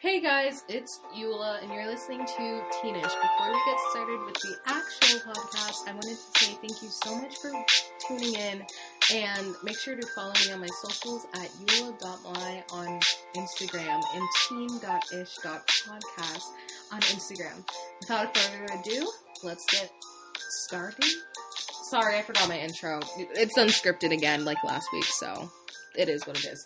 Hey guys, it's Eula, and you're listening to Teenish. Before we get started with the actual podcast, I wanted to say thank you so much for tuning in, and make sure to follow me on my socials at eula.my on Instagram and teen.ish.podcast on Instagram. Without further ado, let's get started. Sorry, I forgot my intro. It's unscripted again, like last week, so it is what it is.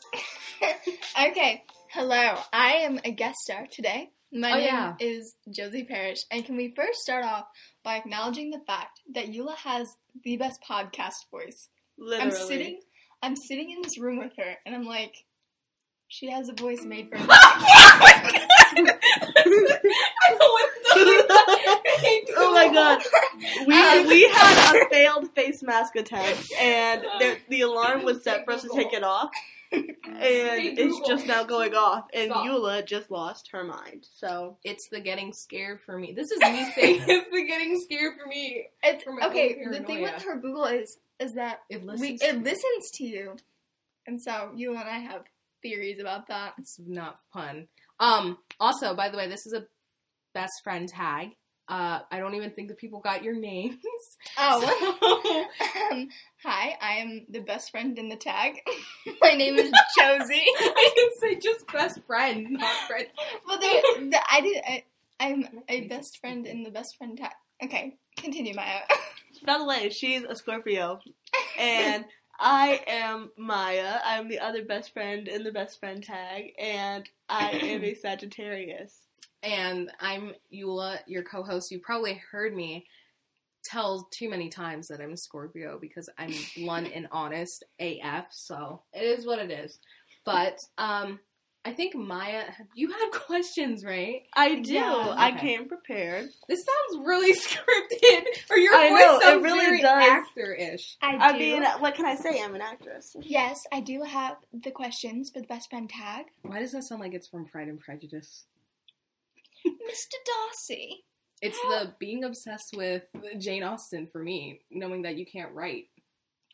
Okay. Hello. I am a guest star today. My Oh, name yeah. is Josie Parrish, and can we first start off by acknowledging the fact that Eula has the best podcast voice? Literally. I'm sitting I'm sitting in this room with her and I'm like, she has a voice made for oh my god. We Um, we had a failed face mask attack and Uh, there, the alarm was set for us to take it off. And it's just now going off and Stop. Eula just lost her mind. So It's the getting scared for me. This is me saying it's the getting scared for me. It's, From my okay, own the thing paranoia. with her Google is is that It we, to it me. listens to you. And so Eula and I have theories about that. It's not fun. Um. Also, by the way, this is a best friend tag. Uh, I don't even think the people got your names. Oh, So- Um, hi, I am the best friend in the tag. My name is Josie. I didn't say just best friend, not friend. well, there, the, I did. I, I'm a best friend in the best friend tag. Okay, continue, Maya. by the way, she's a Scorpio. And I am Maya. I'm the other best friend in the best friend tag, and I am a Sagittarius. And I'm Eula, your co-host. You probably heard me tell too many times that I'm Scorpio because I'm blunt and honest AF. So it is what it is. But um, I think Maya, you had questions, right? I do. Yeah, I okay. came prepared. This sounds really scripted, or your I voice know, it sounds really very does. actor-ish. I do. I mean, what can I say? I'm an actress. yes, I do have the questions for the best friend tag. Why does that sound like it's from Pride and Prejudice? Mr. Darcy. It's the being obsessed with Jane Austen for me, knowing that you can't write.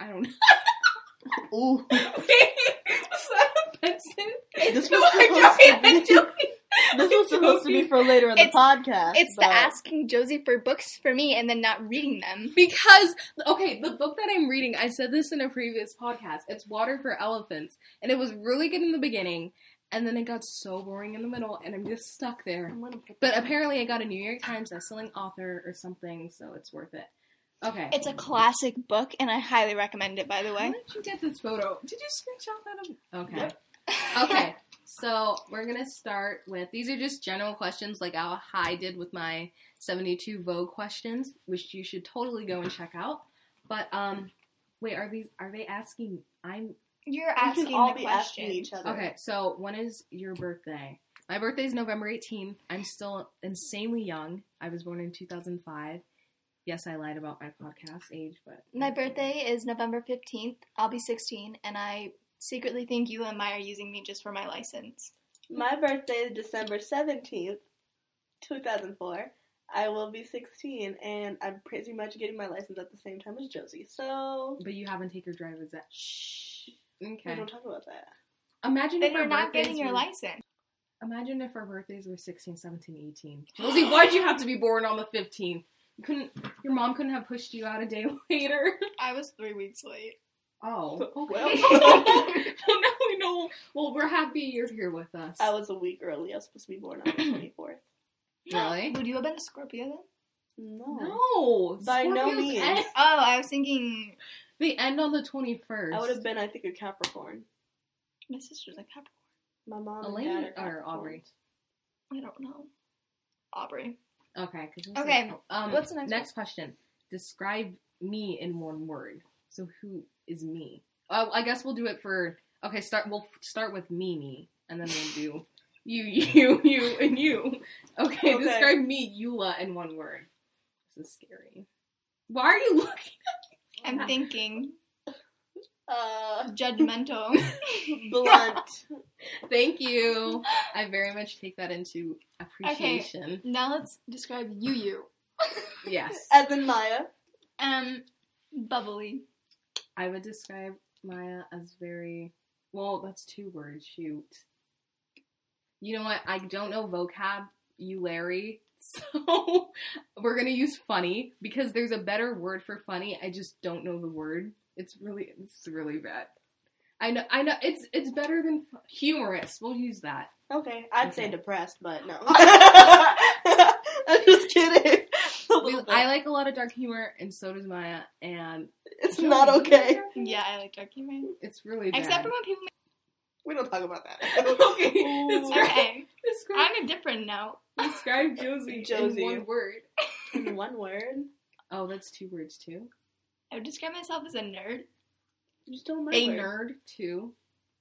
I don't know. Ooh. Was that a person? This was, No, I'm joking, I'm supposed to joking. be, this was supposed to be for later in the It's- podcast. It's but- the asking Josie for books for me and then not reading them. Because okay, the book that I'm reading, I said this in a previous podcast. It's Water for Elephants, and it was really good in the beginning, and then it got so boring in the middle, and I'm just stuck there. I'm gonna put But apparently, I got a New York Times bestselling author or something, so it's worth it. Okay. It's a classic book, and I highly recommend it. By the How way. did you get this photo? Did you screenshot that? Of- okay. Yep. Okay. So we're gonna start with these are just general questions, like how I did with my 72 Vogue questions, which you should totally go and check out. But um, wait, are these are they asking? I'm You're can asking all the be question. asking each other. okay. So when is your birthday? My birthday is November 18th. I'm still insanely young. I was born in 2005. Yes, I lied about my podcast age, but My birthday is November 15th. I'll be 16, and I secretly think you and Maya are using me just for my license. My birthday is December 17th, 2004. I will be 16, and I'm pretty much getting my license at the same time as Josie. So, But you haven't taken your driver's ed. shh. We Okay. don't talk about that. Imagine Then if our you're not birthdays getting your were- license. Imagine if our birthdays were 16, 17, 18. Josie, why'd you have to be born on the 15th? You couldn't. Your mom couldn't have pushed you out a day later. I was three weeks late. Oh. well, Well, now we know. Well, we're happy you're here with us. I was a week early. I was supposed to be born on the 24th. Really? Would you have been a Scorpio then? No. No. Oh. By no Scorpios means. End, Oh, I was thinking they end on the 21st. I would have been, I think, a Capricorn. my sister's a Capricorn. My mom Elaine and dad are or Aubrey? Capricorns. I don't know. Aubrey. Okay. 'cause this is- Okay, um, what's the next question? Describe me in one word. So who is me? Oh, I guess we'll do it for. Okay, start. We'll start with me, me, and then we'll do you, you, you, and you. Okay, Okay. describe me, Eula, in one word. This is scary. Why are you looking? I'm thinking Uh, judgmental. blunt. Thank you. I very much take that into appreciation. now let's describe you. You. Yes, As in Maya. Um, bubbly. I would describe Maya as very. Well, that's two words. Shoot. You know what? I don't know vocab, you Larry. So we're gonna use funny because there's a better word for funny. I just don't know the word. It's really it's really bad. I know I know it's it's better than fu- humorous. We'll use that. Okay, I'd say Okay. depressed, but no. I'm just kidding. A We, little bit. I like a lot of dark humor, and so does Maya. And it's not okay. Yeah, I like dark humor. It's really bad. Except for when people We don't talk about that. okay, it's make. right. Okay, Describe, I'm indifferent now. describe Josie, Josie. in one word. In one word, Oh, that's two words too. I would describe myself as a nerd. you stole my A word. nerd too.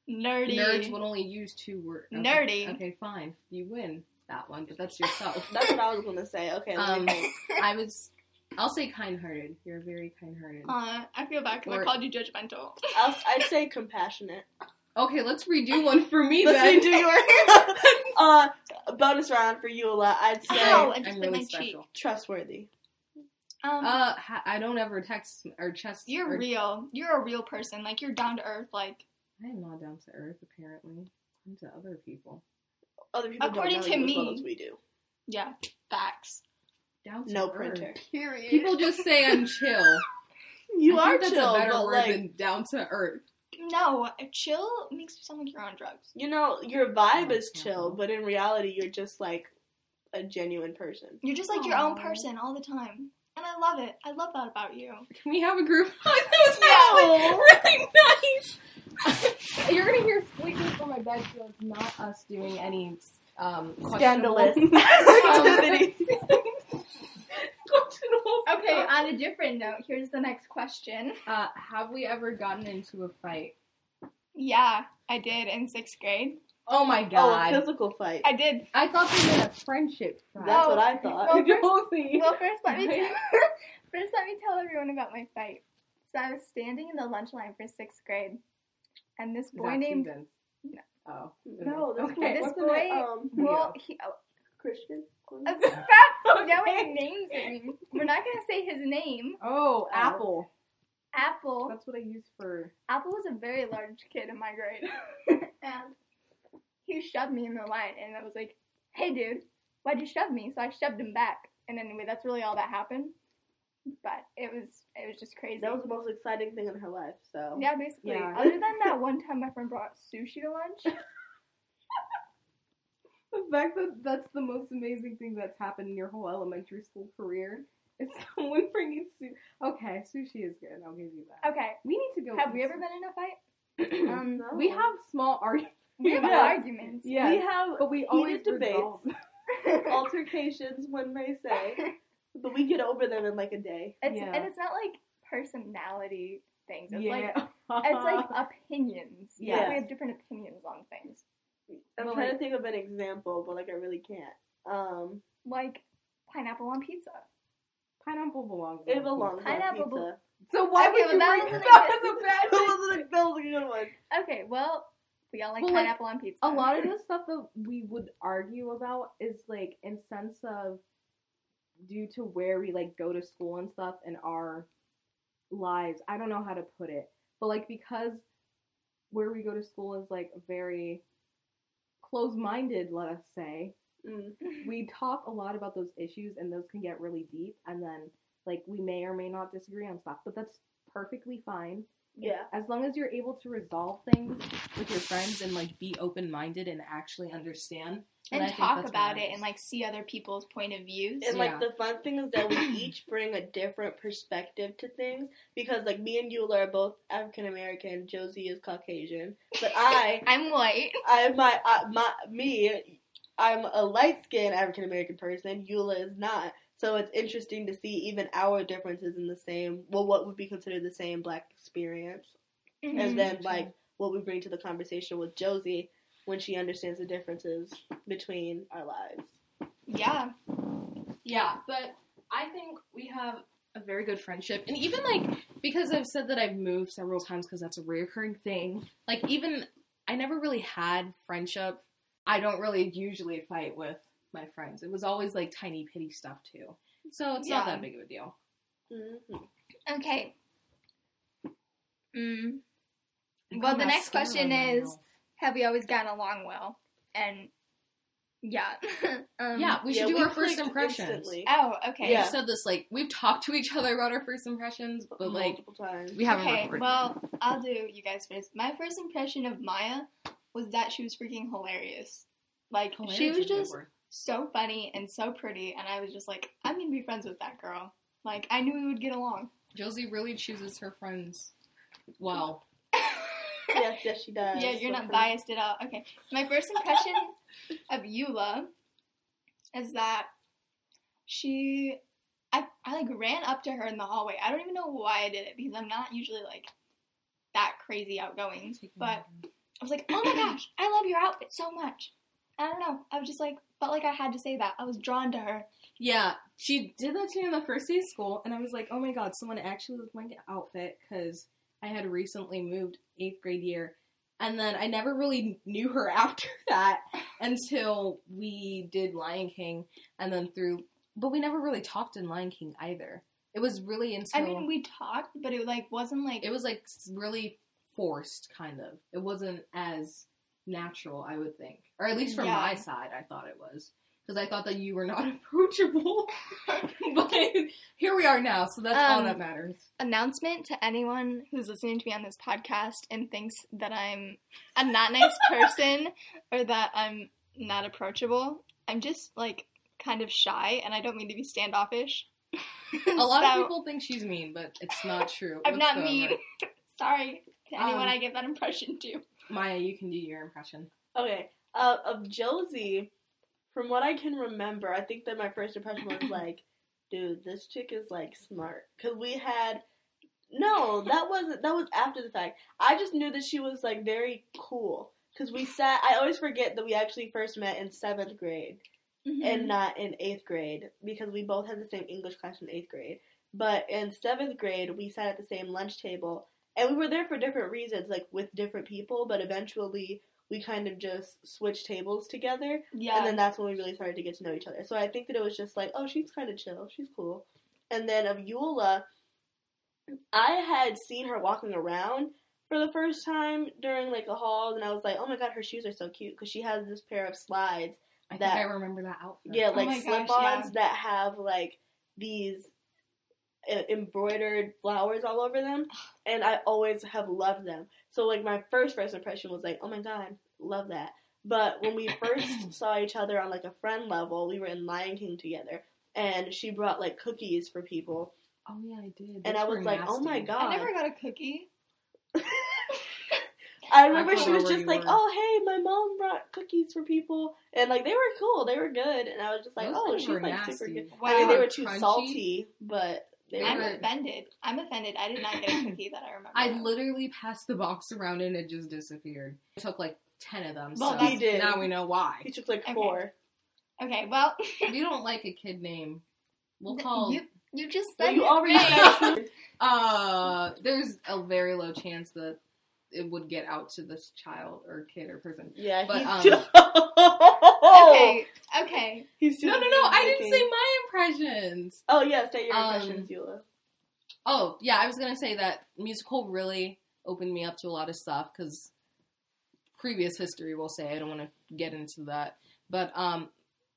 Nerdy. Nerds would only use two words. Nerdy. Okay, fine. You win that one, but that's yourself. That's what I was gonna say. Okay, let Um, me think. I was. I'll say kind-hearted. You're very kind-hearted. Uh, I feel bad because I Or- called you judgmental. I'll, I'd say compassionate. Okay, let's redo one for me Let's then. redo your uh, bonus round for you a lot. I'd say Ow, I just I'm bit really my cheek. special. trustworthy. Um, Uh, ha- I don't ever text or chest. you're or- real. You're a real person. Like you're down to earth. Like I am not down to earth. Apparently, I'm to other people. Other people According don't to know you as me. well as we do. yeah, facts. Down to No earth. printer. Period. People just say I'm chill. You I are think that's chill, a better but word like than down to earth. No, chill makes you sound like you're on drugs. you know, your vibe is Yeah. chill, but in reality, you're just like a genuine person. You're just like your own Aw. person all the time, and I love it. I love that about you. Can we have a group hug? That No. was actually really nice. You're gonna hear squeaking from my bed, so it's not us doing any um, Scandalous Oh, questionable- activity. questionable Okay, stuff. on a different note, here's the next question. Uh, have we ever gotten into a fight? Yeah, I did in sixth grade. Oh my Oh, god! a physical fight. I did. I thought they meant a friendship fight. That's No. what I thought. Well, first- Josie. Well, first let me Right? first let me tell everyone about my fight. So I was standing in the lunch line for sixth grade, and this Is boy that named Susan? No. Oh. No, this Okay. boy, This wasn't boy- it, um, well he. Christian? Uh, stop yelling names at me. We're not gonna say his name. Oh, apple. Apple. That's what I use for. Apple was a very large kid in my grade, and he shoved me in the line, and I was like, "Hey, dude, why'd you shove me?" So I shoved him back, and anyway, that's really all that happened. But it was it was just crazy. That was the most exciting thing in her life. So yeah, basically. Yeah. Other than that one time, my friend brought sushi to lunch. The fact that that's the most amazing thing that's happened in your whole elementary school career is someone bringing sushi. Okay, sushi is good. I'll give you that. Okay, We need to go. have we ever been in a fight? been? um, we have small arguments. We have Yeah. arguments. Yeah. we have But we always debates. resolve. altercations, one may say, but we get over them in like a day. It's Yeah. and it's not like personality things. It's like yeah. it's like Uh-huh. opinions. Yeah, Yeah. we have different opinions on things. I'm Well, trying to like- think of an example, but like I really can't. Um, Like pineapple on pizza. pineapple belongs. it on belongs pizza. Pineapple on pizza. So why Okay, would well, you that bring wasn't a that good- as a bad that, was a, that was a good one. Okay, well we all like Well, like, pineapple on pizza. a lot of the stuff that we would argue about is like in sense of due to where we like go to school and stuff and our lives i don't know how to put it but like because where we go to school is like very close-minded let us say Mm. we talk a lot about those issues and those can get really deep and then like we may or may not disagree on stuff but that's perfectly fine Yeah. as long as you're able to resolve things with your friends and like be open minded and actually understand and I think talk that's about it matters. and like see other people's point of views. And Yeah. like the fun thing is that we each bring a different perspective to things because like me and Eula are both African American, Josie is Caucasian, but I I'm white. I my I, my me, I'm a light skinned African American person. Eula is not. So it's interesting to see even our differences in the same well, what would be considered the same black experience, Mm-hmm. and then Mhm. like what we bring to the conversation with Josie when she understands the differences between our lives. yeah. yeah but i think we have a very good friendship and even like because i've said that i've moved several times because that's a reoccurring thing like even i never really had friendship i don't really usually fight with my friends it was always like tiny pity stuff too so it's not Yeah. that big of a deal Mhm. Okay. Mm. I'm Well, putting the next mascara question on right is now. Have we always gotten along well? And Yeah. um, yeah, we should Yeah, do we our first clicked impressions. instantly. Oh, okay. We've Yeah. said this like we've talked to each other about our first impressions, but like multiple times. we haven't okay, recorded. well, I'll do you guys first. My first impression of Maya was that she was freaking hilarious. Like Hilarious she is was a good just word. so funny and so pretty, and I was just like, I'm gonna be friends with that girl. Like I knew we would get along. Josie really chooses her friends. Wow. yes, yes, she does. yeah, you're Look not for- biased at all. Okay, my first impression of Eula is that she, I, I like ran up to her in the hallway. I don't even know why I did it because I'm not usually like that crazy outgoing, but I was like, oh my gosh, I love your outfit so much. I don't know. I was just like, felt like I had to say that. I was drawn to her. yeah, she did that to me on the first day of school, and I was like, oh my god, someone actually looked like my outfit because I had recently moved eighth grade year, and then I never really knew her after that until we did Lion King, and then through, but we never really talked in Lion King either. It was really until I mean, we talked, but it like wasn't like it was like s- really forced kind of it wasn't as natural i would think or at least from Yeah. my side i thought it was because i thought that you were not approachable but here we are now so that's all Um, that matters announcement to anyone who's listening to me on this podcast and thinks that I'm a not nice person or that I'm not approachable. I'm just like kind of shy and I don't mean to be standoffish. a lot so, of people think she's mean but it's not true I'm not whatsoever. mean. Sorry to anyone Um, I give that impression to. maya you can do your impression Okay, uh, of Josie, from what I can remember, I think that my first impression was like, dude, this chick is like smart. Cause we had, no, that wasn't. That was after the fact. I just knew that she was like very cool. Cause we sat. I always forget that we actually first met in seventh grade mm-hmm. and not in eighth grade because we both had the same English class in eighth grade. But in seventh grade, we sat at the same lunch table and we were there for different reasons, like with different people. But eventually, we kind of just switched tables together, yeah. and then that's when we really started to get to know each other. So I think that it was just like, oh, she's kind of chill, she's cool. And then of Eula, I had seen her walking around for the first time during like a haul, and I was like, oh my god, her shoes are so cute because she has this pair of slides i That- think i remember that outfit yeah, like my gosh, slip-ons that have like these uh, embroidered flowers all over them, and I always have loved them. So like my first first impression was like, oh my god, love that. But when we first saw each other on like a friend level, we were in Lion King together, and she brought like cookies for people, oh yeah i did Those and I were was like, oh my nasty. god. I never got a cookie. I remember thought she was already just like, were. "Oh, hey, my mom brought cookies for people," and like they were cool, they were good, and I was just like, Those "Oh, things she's were like super nasty. good." Wow. I mean, they They were were too crunchy. salty, but they I I'm were. remember- offended. I'm offended. I did not get a cookie that I remember. I literally passed the box around and it just disappeared. It took like ten of them. Well, so he did. Now we know why. He took like Okay. four. Okay, well, we don't like a kid name. We'll call. you, you just said Well, you his already name. said Uh, there's a very low chance that it would get out to this child or kid or person. Yeah, But, he's um, too. Okay, okay. He's too No, no, no! I didn't say thinking. my impressions. Oh yeah, say your Um, impressions, Eula. Oh, yeah, I was gonna say that musical really opened me up to a lot of stuff because previous history will say I don't want to get into that, but um,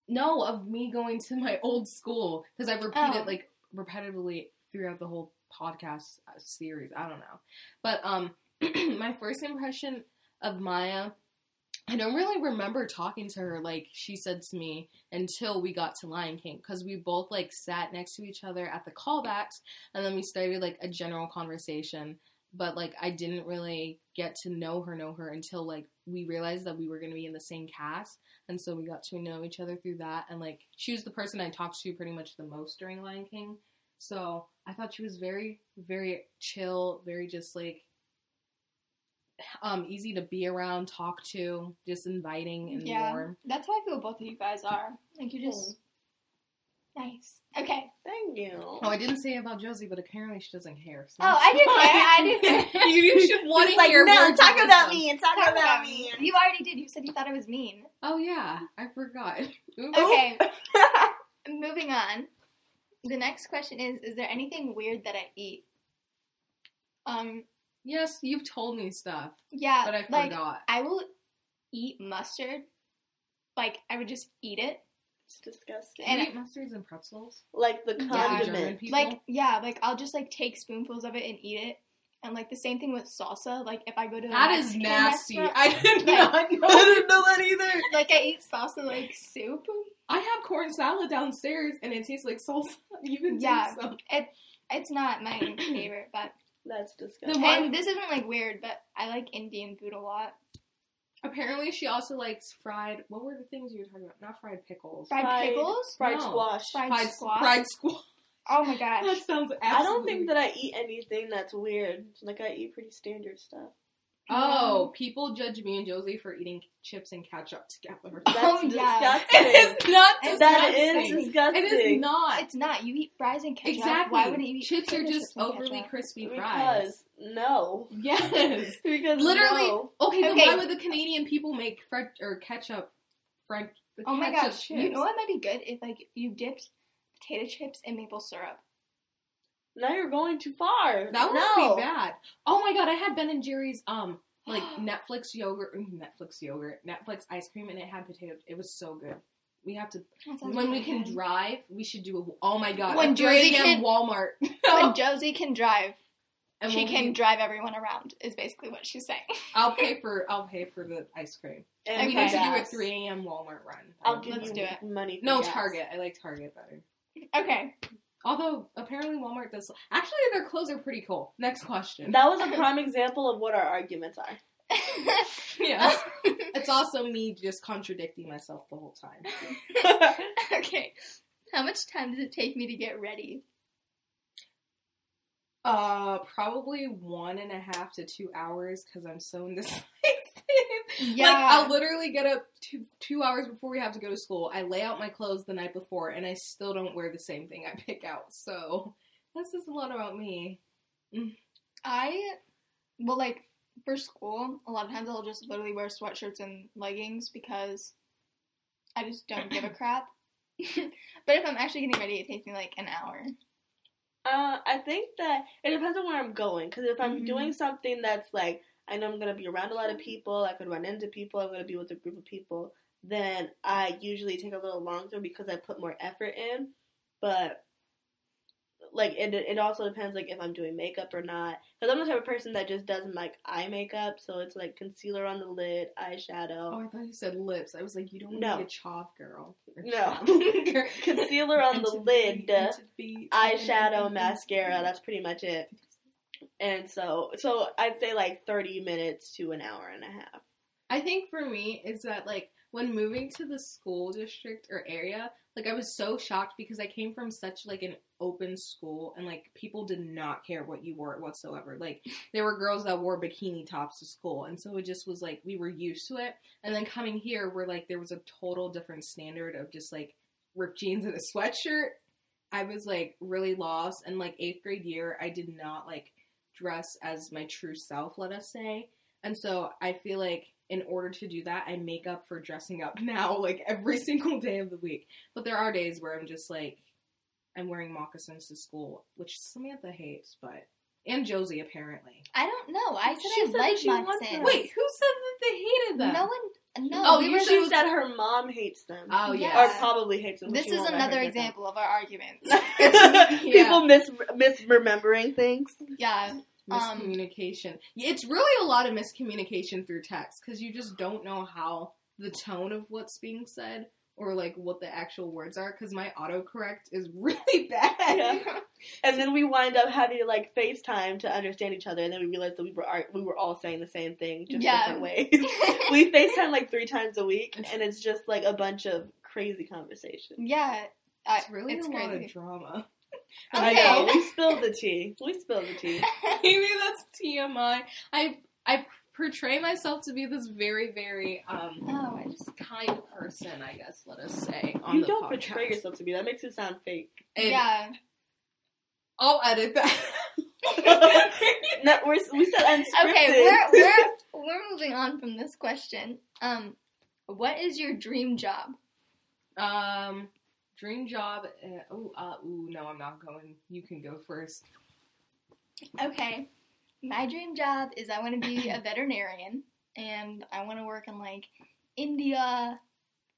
no, of me going to my old school because I repeat Oh. it like repetitively throughout the whole podcast uh, series. I don't know, but um, my first impression of Maya. I don't really remember talking to her like she said to me until we got to Lion King because we both like sat next to each other at the callbacks and then we started like a general conversation but like i didn't really get to know her know her until like we realized that we were going to be in the same cast and so we got to know each other through that and like she was the person i talked to pretty much the most during lion king so i thought she was very very chill very just like um easy to be around talk to just inviting and Yeah. warm That's how I feel both of you guys are. Like you're just nice. Okay. Thank you. oh i didn't say about josie but apparently she doesn't care so Oh, I didn't care. I didn't care. you, you should want She's to like, hear "No, more talk to about listen." me and talk, Talk about me. You already did. You said you thought I was mean. Oh yeah, I forgot. Oops. Okay. Moving on. The next question is: Is there anything weird that I eat? Um. Yes, you've told me stuff, Yeah. but I Uh, like forgot. I will eat mustard like I would just eat it. It's disgusting. And And eat mustards and pretzels. like the Yeah. German condiment. people. Like yeah, like I'll just like take spoonfuls of it and eat it. And like the same thing with salsa. Like if I go to a that is Mexican nasty. restaurant, I did Yeah. not know. I didn't know that either. like I eat salsa like soup. I have corn salad downstairs, and it tastes like salsa. Even Yeah. yeah. So. It's not my favorite, but That's The disgusting. one- and this isn't like weird, but I like Indian food a lot. Apparently, she also likes fried. What were the things you were talking about? Not fried pickles. Fried, Fried- pickles. Fried No. squash. Fried- fried squash? Fried squash. Oh my gosh. That sounds. Absolutely. I don't think that I eat anything that's weird. Like I eat pretty standard stuff. Um, Oh, people judge me and Josie for eating chips and ketchup together. That's Oh, yeah. disgusting. it is not disgusting. It is That is disgusting. It is not. It's not. You eat fries and ketchup. Exactly. Why wouldn't you eat chips are potato just chips and overly ketchup? crispy fries. because no. Yes. Because Literally. no. Okay, then Okay. why would the Canadian people make French or ketchup French? Oh my ketchup gosh. You chips? know what might be good if like you dipped potato chips in maple syrup. Now you're going too far. That would no. be bad. Oh my god, I had Ben and Jerry's um like Netflix yogurt, mm, Netflix yogurt, Netflix ice cream, and it had potato. It was so good. We have to That sounds when we really can good. drive. We should do a. Oh my god, When a 3 Josie a.m. can- Walmart. When Josie can drive, And she we'll can be- drive everyone around. Is basically what she's saying. I'll pay for. I'll pay for the ice cream. And We Okay. need to do a gas. 3 a.m. Walmart run. I'll give Let's you do it. money. For No gas. Target. I like Target better. Okay. Although apparently Walmart does. Actually, their clothes are pretty cool. Next question. That was a prime example of what our arguments are. yes. it's also me just contradicting myself the whole time. okay. How much time does it take me to get ready? Uh, probably one and a half to two hours because I'm so indecisive. Yeah. Like I'll literally get up two two hours before we have to go to school. I lay out my clothes the night before, and I still don't wear the same thing I pick out. So this is a lot about me. I well like for school, a lot of times I'll just literally wear sweatshirts and leggings because I just don't give a crap. but if I'm actually getting ready, it takes me like an hour. Uh, I think that it depends on where I'm going. Because if I'm Mhm. doing something that's like, I know I'm going to be around a lot of people, I could run into people, I'm going to be with a group of people, then I usually take a little longer because I put more effort in. But, like, it, it also depends, like, if I'm doing makeup or not. Because I'm the type of person that just does, like, eye makeup. So it's, like, concealer on the lid, eyeshadow. Oh, I thought you said lips. I was like, you don't want No. to be a chav girl. Or No. chav girl. Concealer on And the to lid, be- and to be- eyeshadow, mascara. That's pretty much it. And so, so I'd say like 30 minutes to an hour and a half. I think for me is that like when moving to the school district or area, like I was so shocked because I came from such like an open school and like people did not care what you wore whatsoever. Like there were girls that wore bikini tops to school and so it just was like we were used to it. And then coming here where like there was a total different standard of just like ripped jeans and a sweatshirt. I was like really lost and like eighth grade year I did not like dress as my true self, let us say. And so I feel like in order to do that, I make up for dressing up now, like every single day of the week. But there are days where I'm just like, I'm wearing moccasins to school, which Samantha hates, but and Josie apparently. I don't know. I said She I said that like she wants moccasins. them. Wait, who said that they hated them? no one. No. Oh, we you were should- She said her mom hates them, Oh Yeah. yeah. or probably hates them. This She is won't let her another get them. example of our arguments. People mis misremembering things. yeah. um, miscommunication. Yeah, it's really a lot of miscommunication through text because you just don't know how the tone of what's being said or like what the actual words are. Because my autocorrect is really bad. Yeah. And then we wind up having to like FaceTime to understand each other, and then we realized that we were ar- we were all saying the same thing just Yeah. different ways. we FaceTime like three times a week, and it's just like a bunch of crazy conversation. yeah. I- It's really a lot of crazy. drama. I Okay. know we spilled the tea. We spilled the tea. Maybe that's TMI. I I portray myself to be this very very um Oh, I just. kind person. I guess let us say on You the don't podcast. portray yourself to me. That makes you sound fake. And yeah. I'll edit that. No, we're, we said unscripted. Okay, we're, we're we're moving on from this question. Um, what is your dream job? um, dream job. Uh, oh, uh, ooh, no, I'm not going. You can go first. Okay, my dream job is I want to be a veterinarian, and I want to work in like India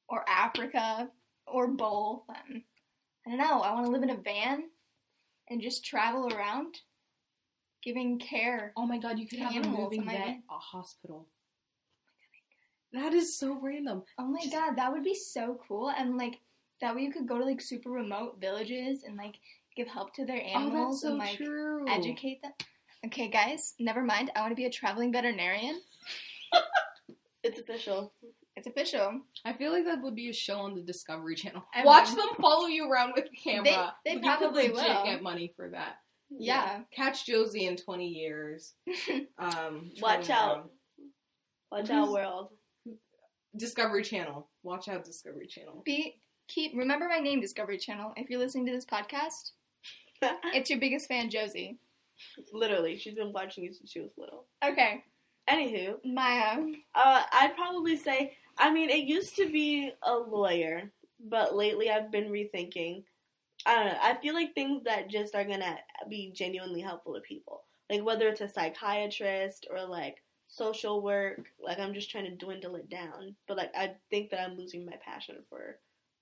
or Africa or both. And I don't know. I want to live in a van and just travel around, giving care. Oh my god, you could have a Animals, moving am I vet, right? a hospital. That is so random. Oh my god, that would be so cool. And like that way, you could go to like super remote villages and like give help to their oh, that's animals so and like true. educate them. Okay, guys, never mind. I want to be a traveling veterinarian. It's official. It's official. I feel like that would be a show on the Discovery Channel. I Watch mean- them follow you around with a camera. they You could probably legit will. get money for that. Yeah. Catch Josie in twenty years. Um, Watch traveling out. around. Watch out, world. Discovery Channel. Watch out, Discovery Oh, Channel. Be keep remember my name, Discovery Channel. If you're listening to this podcast, it's your biggest fan, Josie. Literally, she's been watching you since she was little. Okay, Anywho, Maya. uh, I'd probably say, I mean, it used to be a lawyer, but lately I've been rethinking. I don't know. I feel like things that just are gonna be genuinely helpful to people, like whether it's a psychiatrist or like social work. Like I'm just trying to dwindle it down, but like I think that I'm losing my passion for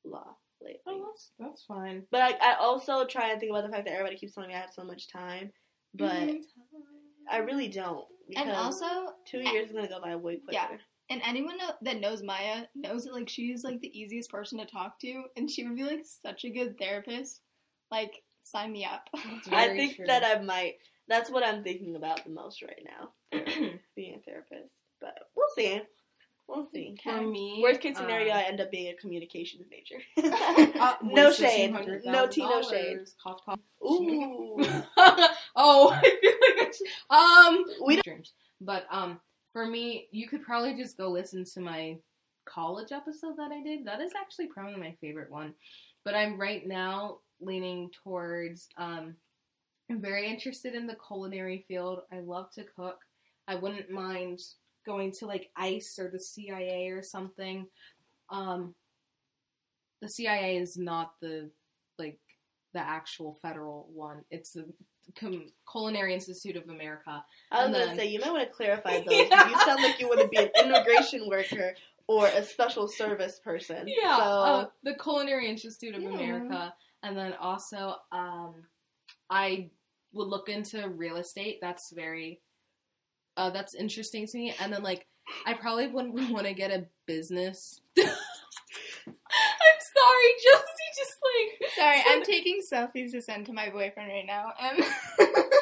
law lately. Oh, that's that's fine. But I, I also try and think about the fact that everybody keeps telling me I have so much time, but Mhm. I really don't. Because And also, two years is gonna go by way quicker. Yeah. and anyone know- that knows Maya knows that like she's like the easiest person to talk to, and she would be like such a good therapist. Like, sign me up. That's I very think true. that I might. That's what I'm thinking about the most right now, being a therapist. But we'll see. We'll see. for me. Worst case scenario, um, I end up being a communications major. uh, No was shade. No tea, no $1,600,000. shade. Cough, cough. Ooh, oh, I feel like it's, um We dreams. But um for me, you could probably just go listen to my college episode that I did. That is actually probably my favorite one. But I'm right now leaning towards um I'm very interested in the culinary field. I love to cook. I wouldn't mind going to like ICE or the CIA or something. Um the CIA is not the like the actual federal one. It's the Com- Culinary Institute of America. I was And gonna then- say you might want to clarify those. Yeah. You sound like you want to be an immigration worker or a special service person. Yeah, So, uh, the Culinary Institute of Yeah. America, and then also um, I would look into real estate. That's very uh, that's interesting to me. And then like I probably wouldn't want to get a business. I'm sorry, Josie. Just like Sorry, I'm taking selfies to send to my boyfriend right now. And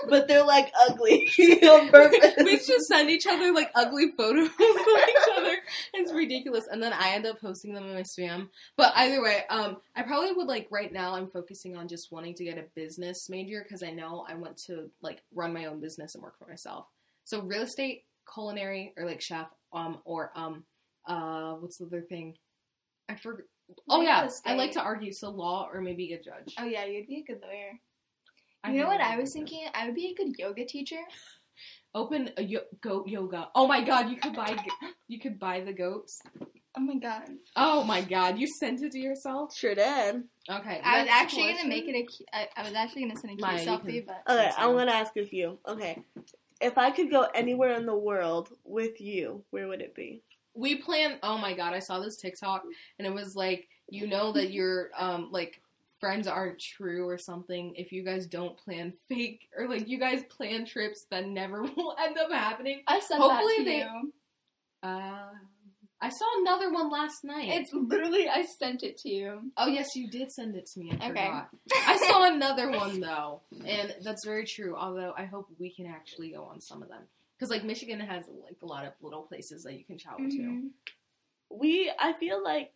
but they're like ugly on purpose. we just send each other like ugly photos of each other. It's ridiculous. And then I end up posting them in my spam. But either way, um, I probably would like right now. I'm focusing on just wanting to get a business major because I know I want to like run my own business and work for myself. So real estate, culinary, or like chef, um, or um, uh, what's the other thing? I forgot. Oh Real yeah, I estate. like to argue. So law or maybe a judge. oh yeah, you'd be a good lawyer. I You know what think I was would be good. thinking? I would be a good yoga teacher. Open a yo- goat yoga. Oh my god, you could buy you could buy the goats. Oh my god. Oh my god, you sent it to yourself? Sure did. Okay. I was next actually question. gonna make it a. cu- I, I was actually gonna send a cute Maya, you selfie, but Okay, That's I fine. want to ask a few. Okay, if I could go anywhere in the world with you, where would it be? We plan. Oh my god, I saw this TikTok and it was like, you know that your um like friends aren't true or something if you guys don't plan fake or like you guys plan trips that never will end up happening. I sent Hopefully that to they- you. Uh, I saw another one last night. It's literally I sent it to you. Oh yes, you did send it to me. I Okay. forgot. I saw another one though, and that's very true. Although I hope we can actually go on some of them because like Michigan has like a lot of little places that you can travel to. Mhm. We, I feel like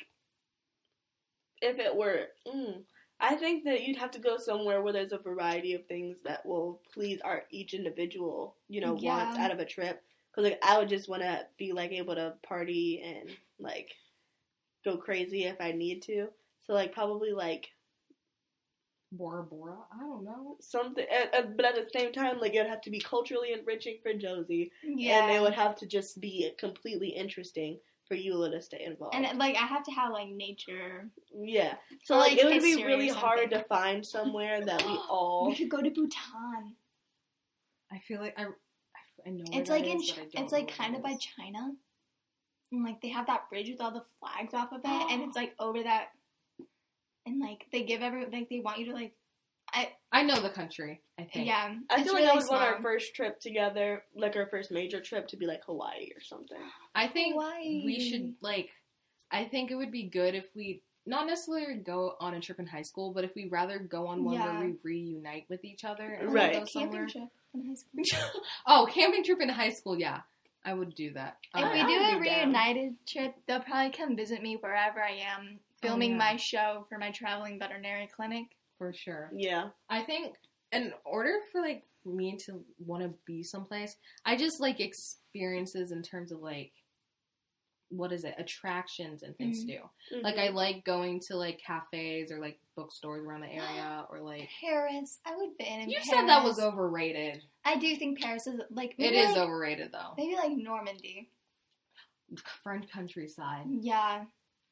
if it were, mm, I think that you'd have to go somewhere where there's a variety of things that will please our each individual, you know, wants Yeah. out of a trip. Because like I would just want to be like able to party and like go crazy if I need to. So like probably like Bora Bora, I don't know. something, uh, uh, but at the same time like it would have to be culturally enriching for Josie. Yeah. and they would have to just be completely interesting for Eula to stay involved. And like I have to have like nature. yeah, so Or, like, like, it would be history or really hard something. to find somewhere that we all. We could go to Bhutan. I feel like I, I, I know. where It's that like in is, Ch- but I don't it's know like where that kind of by is. China. and like they have that bridge with all the flags off of it, and it's like over that, and like they give every like they want you to like I know the country. I think. yeah. I it's feel like I really would want our small. first trip together, like our first major trip, to be like Hawaii or something. I think Hawaii. we should like. I think it would be good if we not necessarily go on a trip in high school, but if we rather go on one Yeah. where we reunite with each other. Or, And right. like, a Go Right. camping somewhere. trip in high school. oh, camping trip in high school. Yeah, I would do that. If Um, we I do a would be down. reunited trip, they'll probably come visit me wherever I am, filming Oh, yeah. my show for my traveling veterinary clinic. for sure. Yeah. I think in order for like me to want to be someplace, I just like experiences in terms of like what is it attractions and Mm-hmm. things to do. Mm-hmm. Like I like going to like cafes or like bookstores around the area or like Paris, I would fit in. in you said that Paris. was overrated. I do think Paris is like It maybe is like, overrated though. Maybe like Normandy. French countryside. Yeah,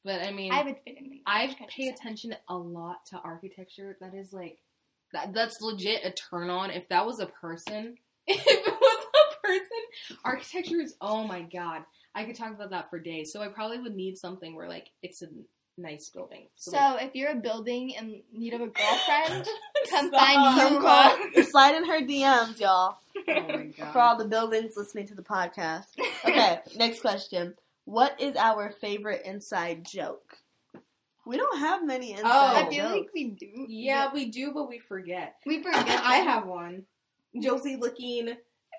But I mean I would fit in. in I French pay countryside. attention a lot to architecture. That is like that, that's legit a turn on. If that was a person, if it was a person, architecture is oh my god. I could talk about that for days. So I probably would need something where like it's a nice building. So like, if you're a building in need of a girlfriend, come Stop. find Oh, Come you. call- Slide in her DMs, y'all. oh my For god. all the buildings listening to the podcast. Okay, next question. What is our favorite inside joke? We don't have many inside Oh. I jokes. feel like we do. Yeah, we do, but we forget. we forget. I have one. Josie looking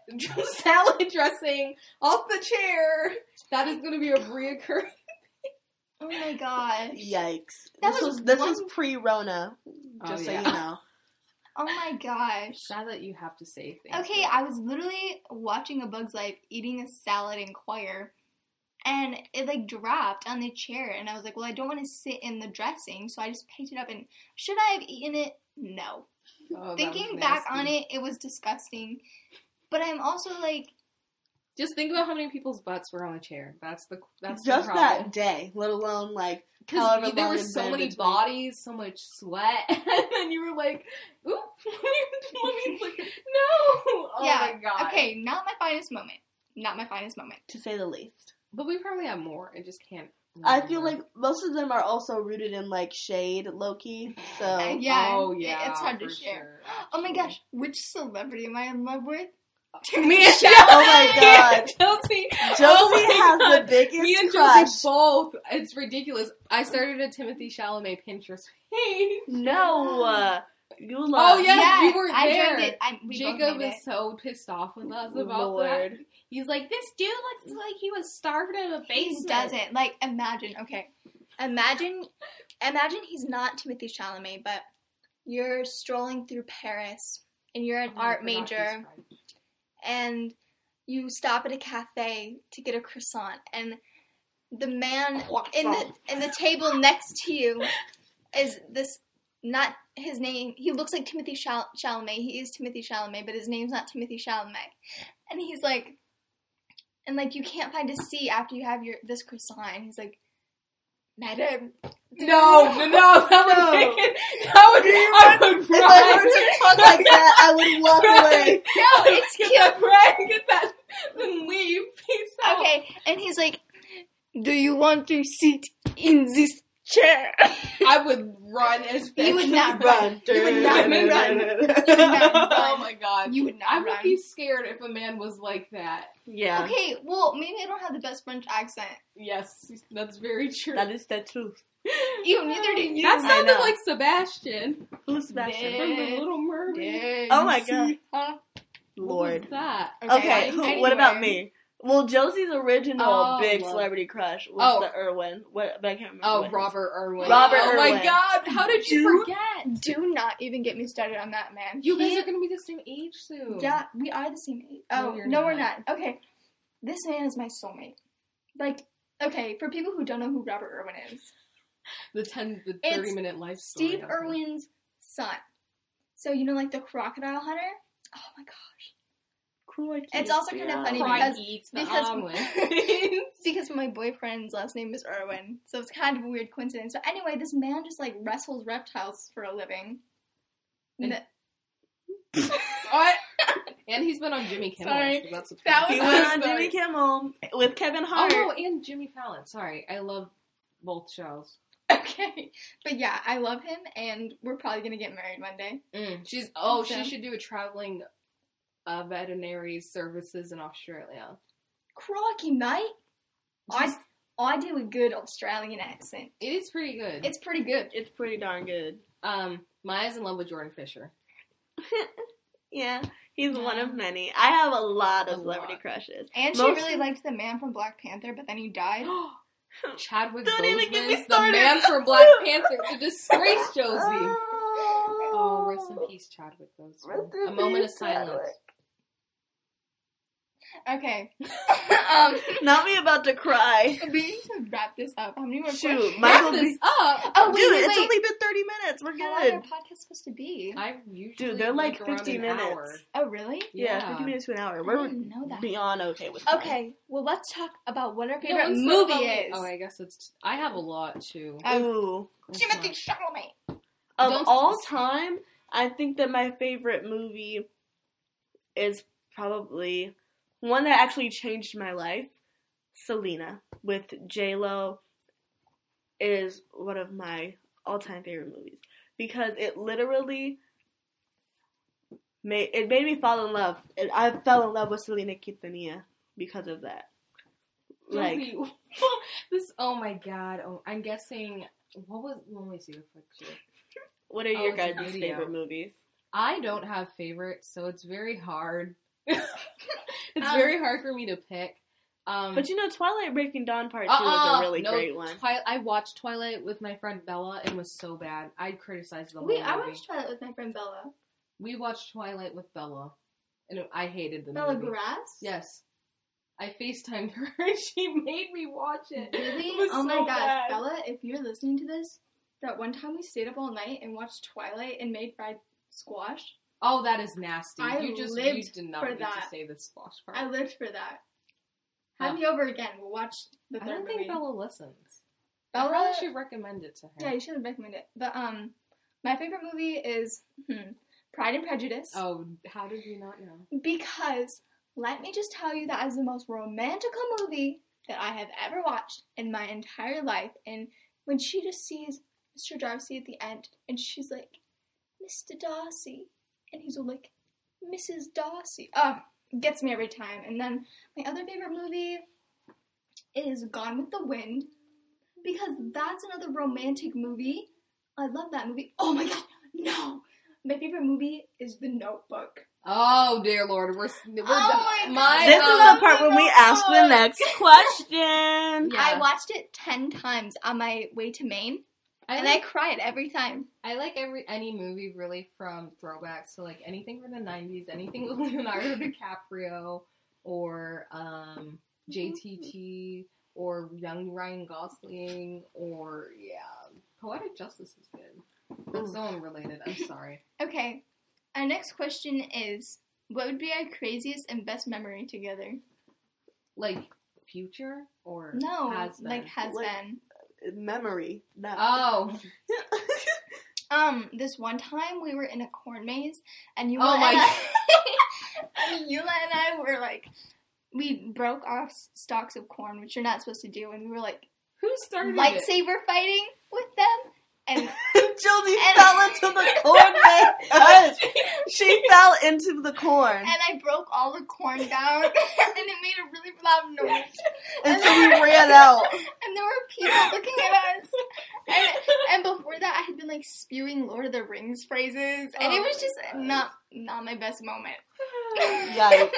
salad dressing off the chair. That is going to be a reoccurring. Oh my gosh. Yikes. That this was was, this one- was pre Rona, just so you know. Oh my gosh. Sad that you have to say things. Okay, like- I was literally watching A Bug's Life eating a salad in choir, and it like dropped on the chair, and I was like, well, I don't want to sit in the dressing, so I just picked it up. And should I have eaten it? No. Oh, that Thinking was back on nasty. it, it was disgusting. But I'm also like, Just think about how many people's butts were on the chair. That's the that's Just the that problem. day, let alone like however Because there long were it's so been many between. bodies, so much sweat, and then you were like, "Oop, let me look." No, oh Yeah, my god. okay, not my finest moment. Not my finest moment. to say the least. but we probably have more. I just can't. I feel like remember. most of them are also rooted in like shade, low key. Uh, So yeah, oh it- yeah, it's hard to for share. sure. Oh my gosh, which celebrity am I in love with? me and Josie. Oh my God. Josie. Josie Oh my has God. the biggest Me and crush. Josie both. It's ridiculous. I started a Timothy Chalamet Pinterest page. No, uh, you Oh love. yeah, yeah, you were I there. joined it. I, we both Jacob made is it. so pissed off with us about that. Lord. He's like, this dude looks like he was starved in a He basement. doesn't. Like, imagine. Okay, imagine, imagine he's not Timothy Chalamet, but you're strolling through Paris and you're an Oh, I art forgot he's major French. and you stop at a cafe to get a croissant and the man in the Croissant. and the table next to you is this not his name. He looks like Timothy Chal- Chalamet. He is Timothy Chalamet, but his name's not Timothy Chalamet. And he's like, and like you can't find a seat after you have your this croissant. And he's like, Madam, No, no, no, that would No. make it. That would. I would If I heard cry. him talk like that, I would walk away. No, it's get that bread, get that, then leave. Peace out. okay. And he's like, Oh. Do you want to sit in this chair? I would run as fast. You would not as- Run, You would not run. would not run. Oh my god. You would not I would run. be scared if a man was like that. Yeah, Okay, well maybe I don't have the best French accent. Yes, that's very true. that is the truth. You neither do you. That I sounded know. like Sebastian Who's Bitch. Sebastian? from The Little Mermaid. Oh my god, Huh? What Lord. was that? Okay, like, who, what about anyway. me? Well, Josie's original Oh, big well. celebrity crush was Oh. the Irwin. What? But I can't remember. Oh, what his- Robert Irwin. Robert oh my Irwin. god, how did you, You- forget? Do not even get me started on that man. You guys He- are gonna be the same age soon. Yeah, we are the same age. Oh, No, no, you're we're not. Okay. This man is my soulmate. Like, okay, for people who don't know who Robert Irwin is, The 10, the 30 It's minute life story. Steve of him. Irwin's son. So, you know, like the crocodile hunter? Oh my gosh. Crikey. It's also kind of funny Cry because- eats the because- omelet. Because my boyfriend's last name is Irwin, so it's kind of a weird coincidence. But anyway, this man just like wrestles reptiles for a living. And- N- What? And he's been on Jimmy Kimmel. Sorry. so that's a That plus. He was- went I'm on sorry. Jimmy Kimmel with Kevin Oh, Hart. no, and Jimmy Fallon. Sorry, I love both shows. Okay. But yeah, I love him, and we're probably gonna get married one day. Mm, she's oh, So- she should do a traveling uh, veterinary services in Australia. Crocky, mate. I Just- I do a good Australian accent. it is pretty good. It's pretty good. It's pretty darn good. um, Maya's in love with Jordan Fisher. Yeah, he's one Yeah. of many. I have a lot of A celebrity lot. crushes. And Most- she really liked the man from Black Panther, but then he died. Chadwick Don't even get me Boseman, the started. man from Black Panther, the disgrace Josie. Oh, rest in peace, Chadwick Rest Boseman. in A moment of peace, silence. Chadwick. Okay. um, Not me about to cry. we need to wrap this up. How many more Shoot, questions? Wrap Michael this B. up. Oh, wait, Dude, wait, it's wait. only been 30 minutes. We're How long are good. podcasts supposed to be? I usually Dude, they're like make around 50 an minutes. hour. oh, really? Yeah, Yeah. 50 minutes to an hour. I We're didn't know that. beyond okay with that. Okay, well, let's talk about what our No, favorite I'm so movie lonely. is. Oh, I guess it's. I have a lot too. Uh, Ooh. It's Timothy not- Chalamet. Of Don't- all time, I think that my favorite movie is probably one that actually changed my life. Selena with J Lo is one of my all time favorite movies because it literally made it made me fall in love. And I fell in love with Selena Quintanilla because of that. Like Josie, this. Oh my god. Oh, I'm guessing. What was? Let me see the picture. what are Oh, your it's a guys' video. favorite movies? I don't have favorites, so it's very hard. it's Um, very hard for me to pick. Um, But you know, Twilight Breaking Dawn Part Two uh-uh, is a really no, great one. Twi- I watched Twilight with my friend Bella and was so bad. I criticized the whole Wait, I movie. watched Twilight with my friend Bella. we watched Twilight with Bella, and it- I hated the Bella movie. Grass? Yes, I Facetimed her. and She made me watch it. Really? It was oh my so gosh, bad. Bella, if you're listening to this, that one time we stayed up all night and watched Twilight and made fried squash, Oh, that is nasty. I you just lived you did not for need that. to say the squash part. I lived for that. Huh. Have me over again. We'll watch the I third don't think movie. Bella listens. I Bella, probably should recommend it to her. yeah, you should recommend it. But um, my favorite movie is hmm, Pride and Prejudice. Oh, how did you not know? Because let me just tell you that is the most romantical movie that I have ever watched in my entire life. And when she just sees Mr. Darcy at the end and she's like, Mr. Darcy. And he's all like, Mrs. Darcy. Oh, gets me every time. And then my other favorite movie is Gone with the Wind. Because that's another romantic movie. I love that movie. Oh my god, no! My favorite movie is The Notebook. Oh dear lord, we're, s- we're my done. um, God. I this is love the part when we ask the Notebook. next question. Yeah. I watched it ten times on my way to Maine, I and like, I cried every time. I like every any movie really from throwbacks to like anything from the '90s, anything with Leonardo DiCaprio or um, JTT or young Ryan Gosling or yeah, Poetic Justice is good. That's Ooh. so unrelated. I'm sorry. Okay, our next question is: What would be our craziest and best memory together? Like future or No, has been. like has Like- been. Memory. No. oh Um, this one time we were in a corn maze, and you Oh my and I, and Eula and I were like, we broke our s- stalks of corn, which you're not supposed to do, and we were like who started it? lightsaber fighting with them, and Josie And- Oh, fell into the corn. with us. she fell into the corn, and I broke all the corn down, and it made a really loud noise. and so we ran out. And there were people looking at us. And, and before that, I had been like spewing Lord of the Rings phrases, and Oh it was my just God. not not my best moment. Yikes!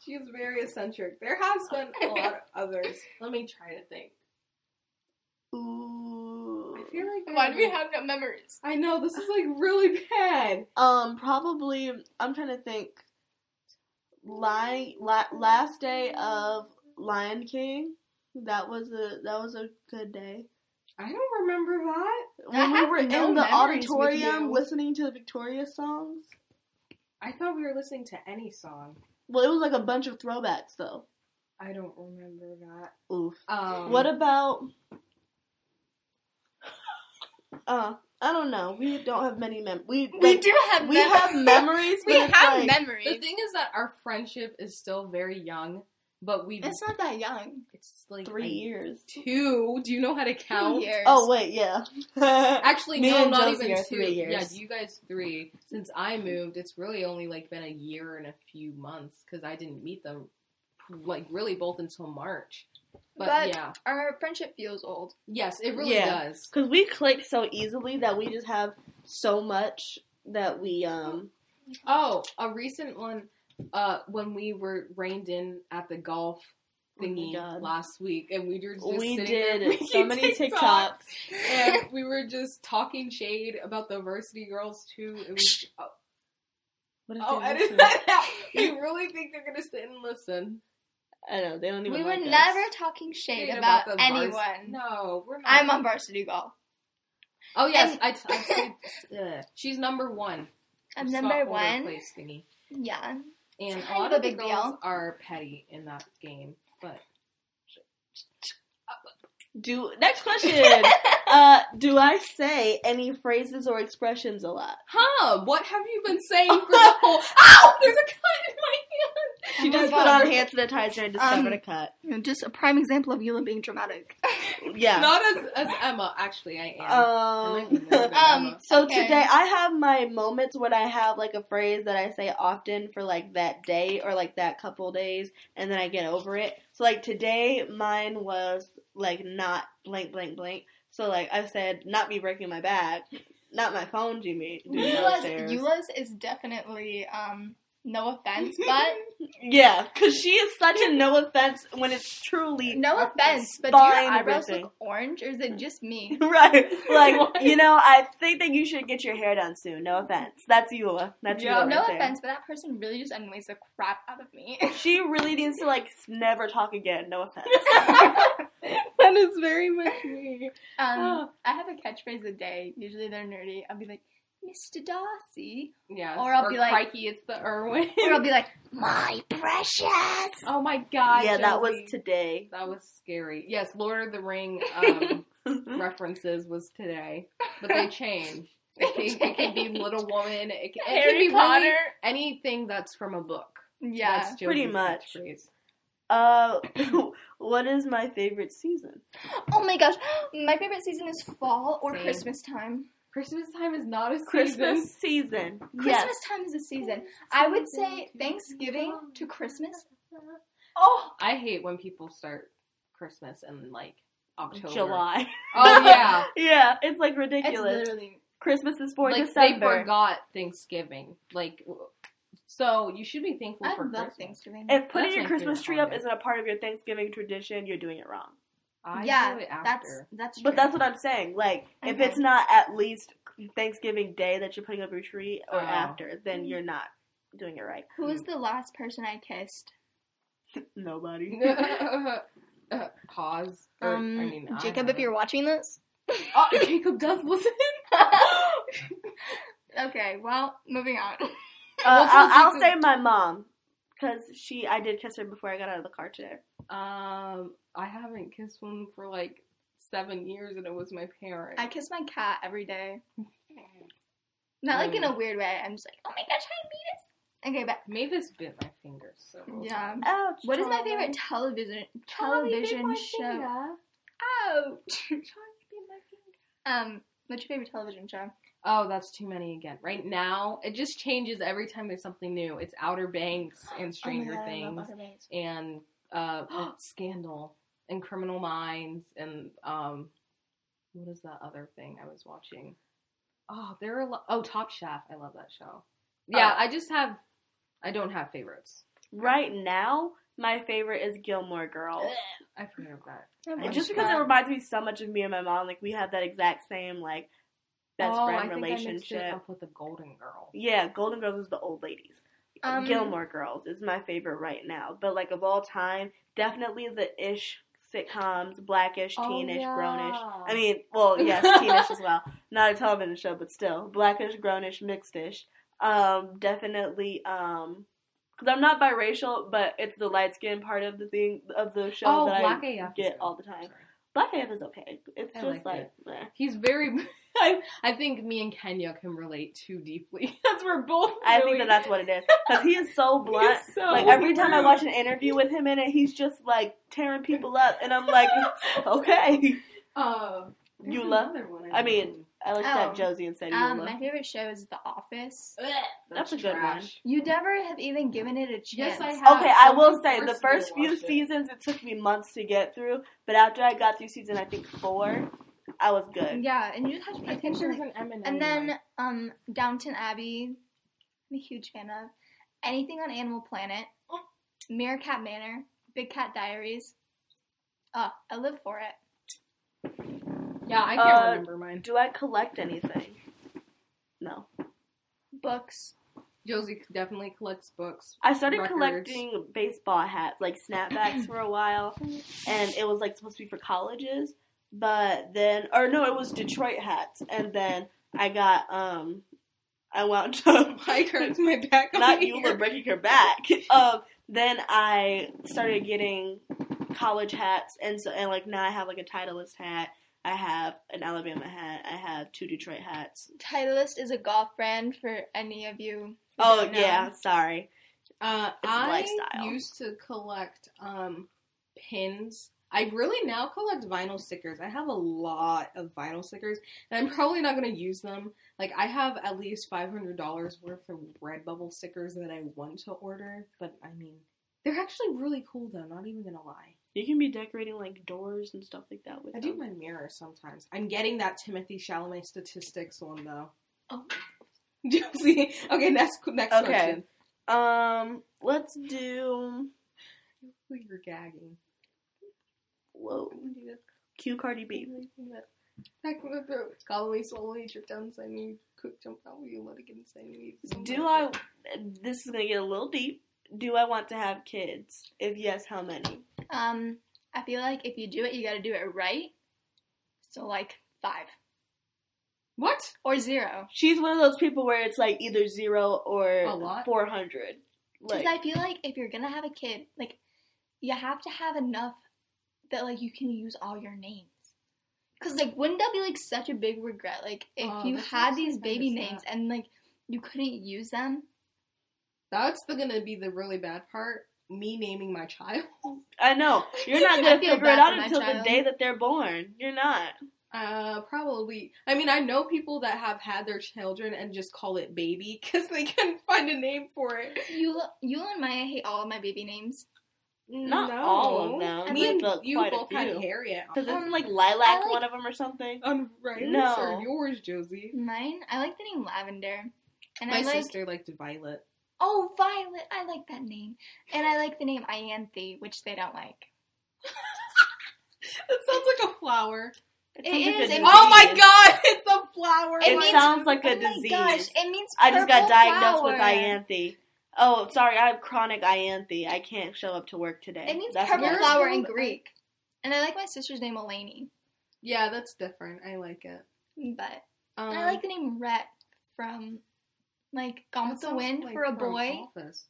She's very eccentric. There has been a lot of others. Let me try to think. Ooh. I feel like Why do we have no memories? I know this is like really bad. Um, probably. I'm trying to think. Lion, la- last day of Lion King. That was a that was a good day. I don't remember that. When I we have were no in memories the with auditorium you. listening to the Victoria songs. I thought we were listening to any song. Well, it was like a bunch of throwbacks though. I don't remember that. Oof. Um, What about? Uh, I don't know. We don't have many mem. We We like, do have we mem- have memories. We but it's have like, The memories. thing is that our friendship is still very young, but we It's not that young. it's like three like years. Two? Do you know how to count? Two years. Oh wait, yeah. Actually, Me no, and not Josie even are two. three Yeah, years. you guys three. Since I moved, it's really only like been a year and a few months because I didn't meet them like really both until March. But, But- yeah, Our friendship feels old. yes, it really Yeah. does. Because we click so easily that we just have so much that we um. Oh, a recent one. Uh, when we were reined in at the golf Oh my thingy God. last week, and we were just we sitting did there so making many TikToks. TikToks. and we were just talking shade about the varsity girls too. It was oh, What if oh they edit listen? that out. You really think they're gonna sit and listen? I know they don't even. we were like us. never talking shade Shade about, the vars- anyone. no, we're not. I'm on varsity golf. oh yes, and- I. T- I said, uh, she's number one. I'm Scott number Holder one. Plays thingy. Yeah. And a kind lot of a of the big girls deal. are petty in that game, but Do next question. uh, do I say any phrases or expressions a lot? huh? What have you been saying for the whole? Ow! There's a cut in my She Oh my just put God. on hand sanitizer and discovered Um, a cut. Just a prime example of Yula being dramatic. Yeah. hand. Not as as Emma. Actually, I am. I might be um, more than Um, Emma. so Okay. today I have my moments when I have like a phrase that I say often for like that day or like that couple days, and then I get over it. So like today, mine was like not blank blank blank. So like I said, not me breaking my back, not my phone, Jimmy. Jimmy Eula's, downstairs. Eula's is definitely, um, no offense, but Yeah, because she is such a no offense when it's truly no a offense, but do your fine eyebrows everything. look orange, or is it just me? right. Like What? you know, I think that you should get your hair done soon. No offense. That's Eula. That's Yeah, Eula no right there. offense, but that person really just annoys the crap out of me. She really needs to like never talk again. No offense. that is very much me. um, I have a catchphrase a day. Usually they're nerdy. I'll be like, Mr. Darcy, Yes. Or I'll be like- crikey, it's the Irwin. or I'll be like, my precious. oh my god. yeah, that was Josie. today. that was scary. Yes, Lord of the Ring um, references was today, but they change. It can, it can be Little Woman. It can, it can be Harry really Potter. anything that's from a book. Yeah. That's pretty Josie's much. catchphrase. Uh, what is my favorite season? Oh my gosh, my favorite season is fall or Same. Christmas time. Christmas time is not a season. Christmas season. Christmas Yes. time is a season. I would say Thanksgiving to Christmas. Oh, I hate when people start Christmas in like October. July. Oh yeah. yeah, it's like It's ridiculous. literally Christmas is for like December. they forgot Thanksgiving. Like, so you should be thankful I for love Christmas. Thanksgiving. If putting That's your my Christmas favorite tree up holiday. isn't a part of your Thanksgiving tradition, you're doing it wrong. I yeah, do it that's after. that's true. But that's what I'm saying. Like, if Okay. it's not at least Thanksgiving Day that you're putting up your tree or Oh. after, then you're not doing it right. who was the last person I kissed? Nobody. Pause. Or, Um, I mean, I Jacob, if haven't. you're watching this. oh, Jacob does listen. okay, well, moving on. Uh, What's with I'll, I'll Jacob? say my mom because she, I did kiss her before I got out of the car today. Um, I haven't kissed one for like seven years, and it was my parents. I kiss my cat every day. Not like in a weird way. I'm just like, oh my gosh, hi, Venus. Okay, but Mavis bit my finger, so yeah. Ouch, What is my Charlie. favorite television Oh, television show? Ouch. Um, what's your favorite television show? Oh, that's too many again. Right now, it just changes every time there's something new. It's Outer Banks and Stranger Things. and uh, Scandal and Criminal Minds and um, what is that other thing I was watching? Oh, there are a lo- oh Top Chef. I love that show. Yeah, Oh. I just have I don't have favorites. Right now, my favorite is Gilmore Girls. I forget about that. And I'm just because sorry. it reminds me so much of me and my mom, like we have that exact same like best oh, I friend think I mixed it relationship. up with the Golden Girl. Yeah, Golden Girls is the old ladies. Um, Gilmore Girls is my favorite right now, but like of all time, definitely the ish sitcoms, blackish, Oh, teenish, grownish. I mean, well, yes, teenish as well. Not a television show, but still blackish, grownish, mixedish. Um, definitely. Um, because I'm not biracial, but it's the light skin part of the thing of the show oh, that Black I AF is get good. all the time. Sorry. Black AF is okay. It's I liked just like it. meh. He's very I, I think me and Kenya can relate too deeply because we're both. I really- think that that's what it is because he is so blunt. He's so like every time I rude. watch an interview with him in it, he's just like tearing people up, and I'm like, okay. Uh, there's Eula. another one I mean, I looked Oh. at Josie and said, Um, Eula. my favorite show is The Office. Blech, That's a good trash. You never have even given it a chance. Yes, I have. Okay, I Someone will say the forced me first to few watch it. seasons it took me months to get through, but after I got through season I think four, I was good. Yeah, and you just have to pay I think attention. there's like- an M and and then um, Downton Abbey, I'm a huge fan of. Anything on Animal Planet, Meerkat Manor, Big Cat Diaries. Oh, I live for it. yeah, I can't uh, remember mine. Do I collect anything? No. Books. Josie definitely collects books. I started Records. collecting baseball hats, like snapbacks for a while, and it was like supposed to be for colleges, but then or no, it was Detroit hats, and then I got um I wound up I hurts my back. not over you here. were breaking your back. Um, then I started getting college hats, and so and like now I have like a Titleist hat. I have an Alabama hat. I have two Detroit hats. Titleist is a golf brand for any of you. who Oh don't know. yeah, sorry. Uh, It's I lifestyle. used to collect um, pins. I really now collect vinyl stickers. I have a lot of vinyl stickers, and I'm probably not going to use them. Like I have at least five hundred dollars worth of Redbubble stickers that I want to order, but I mean, they're actually really cool though. Not even gonna lie. You can be decorating like doors and stuff like that with. I do them. my mirror sometimes. I'm getting that Timothy Chalamet statistics one though. Oh. Josie. Okay, next next Okay. question. Um, let's do. We were gagging. Whoa, Q Cardi B. Back of the throat. Scalaway slowly dripped down inside me. Cook jumped out with you. Let it get inside me. Do I? This is gonna get a little deep. Do I want to have kids? If yes, how many? Um, I feel like if you do it, you got to do it right. So like five What? or zero. She's one of those people where it's like either zero A or lot? four hundred. Because Like, I feel like if you're gonna have a kid, like you have to have enough that like you can use all your names. Because like wouldn't that be like such a big regret? Like if Oh, you that's had actually these kinda baby sad. names and like you couldn't use them. That's the, gonna be the really bad part. Me naming my child. I know you're not I gonna feel figure bad it out for my until the child. day that they're born. You're not. Uh, probably. I mean, I know people that have had their children and just call it baby because they couldn't find a name for it. You, you and Maya hate all of my baby names. Not all of them, Me and but you quite a both kind of few. carry it. Because Um, isn't like I lilac like- one of them or something? On right No. or yours, Josie. Mine, I like the name Lavender, and my I like sister liked Violet. Oh, Violet, I like that name. And I like the name Ianthe, which they don't like. That sounds like a flower. It sounds like is, a it- disease. Oh my god, it's a flower. It Why- sounds like a oh my disease. gosh, it means I just purple got diagnosed with flower. ianthe. Oh, sorry, I have chronic ianthe. I can't show up to work today. It means That's purple weird. not- flower Yours in don't- Greek. And I like my sister's name Eleni, Yeah, that's different. I like it. but Um, and I like the name Rhett from like Gone that with the sounds Wind like for a from boy. Office.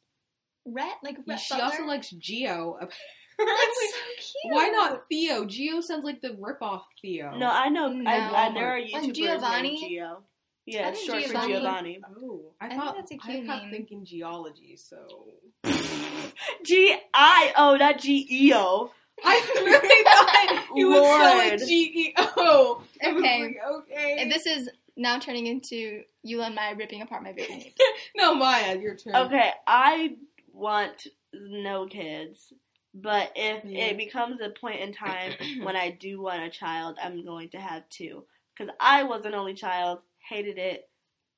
Rhett, like Yeah, Rhett she Butler. also likes Geo. That's Apparently, so cute. why not Theo? Geo sounds like the ripoff Theo. No, I know. No. I, I, there are Like YouTubers Giovanni? named Gio. Yeah, I it's think short Giovanni- for Giovanni. Oh, I, I think thought that's a I cute kept name. thinking geology. So G I O, not G E O. I really thought you would spell it Lord. G E O. I was Okay. like, okay. And this is now turning into you and my ripping apart my baby names. no, Maya, your turn. Okay, I want no kids, but if Yeah. it becomes a point in time when I do want a child, I'm going to have two. Because I was an only child, hated it,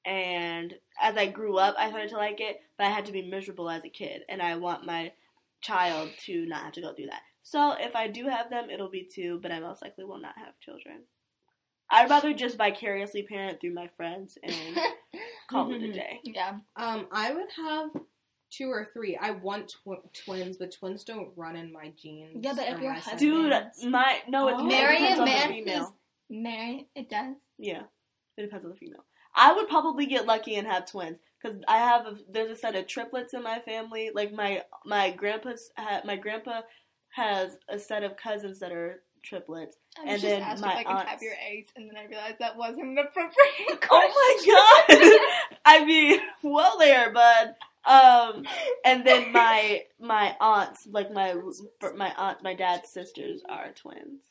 and as I grew up, I started to like it, but I had to be miserable as a kid, and I want my child to not have to go through that. So if I do have them, it'll be two, but I most likely will not have children. I'd rather just vicariously parent through my friends and call it a day. yeah. Um, I would have two or three. I want tw- twins, but twins don't run in my genes. Yeah, but or if your my husband- sex. Dude, Depends. my no, it Oh. Marry a depends on man the female. Mary, it does. Yeah, it depends on the female. I would probably get lucky and have twins because I have a, there's a set of triplets in my family. Like my my grandpa's ha, my grandpa has a set of cousins that are triplets, I And was then just asked my if I can have aunts- your eggs, and then I realized that wasn't an appropriate question. Oh my god! I mean, well there, bud. Um, and then my my aunts, like my my aunt, my dad's sisters are twins,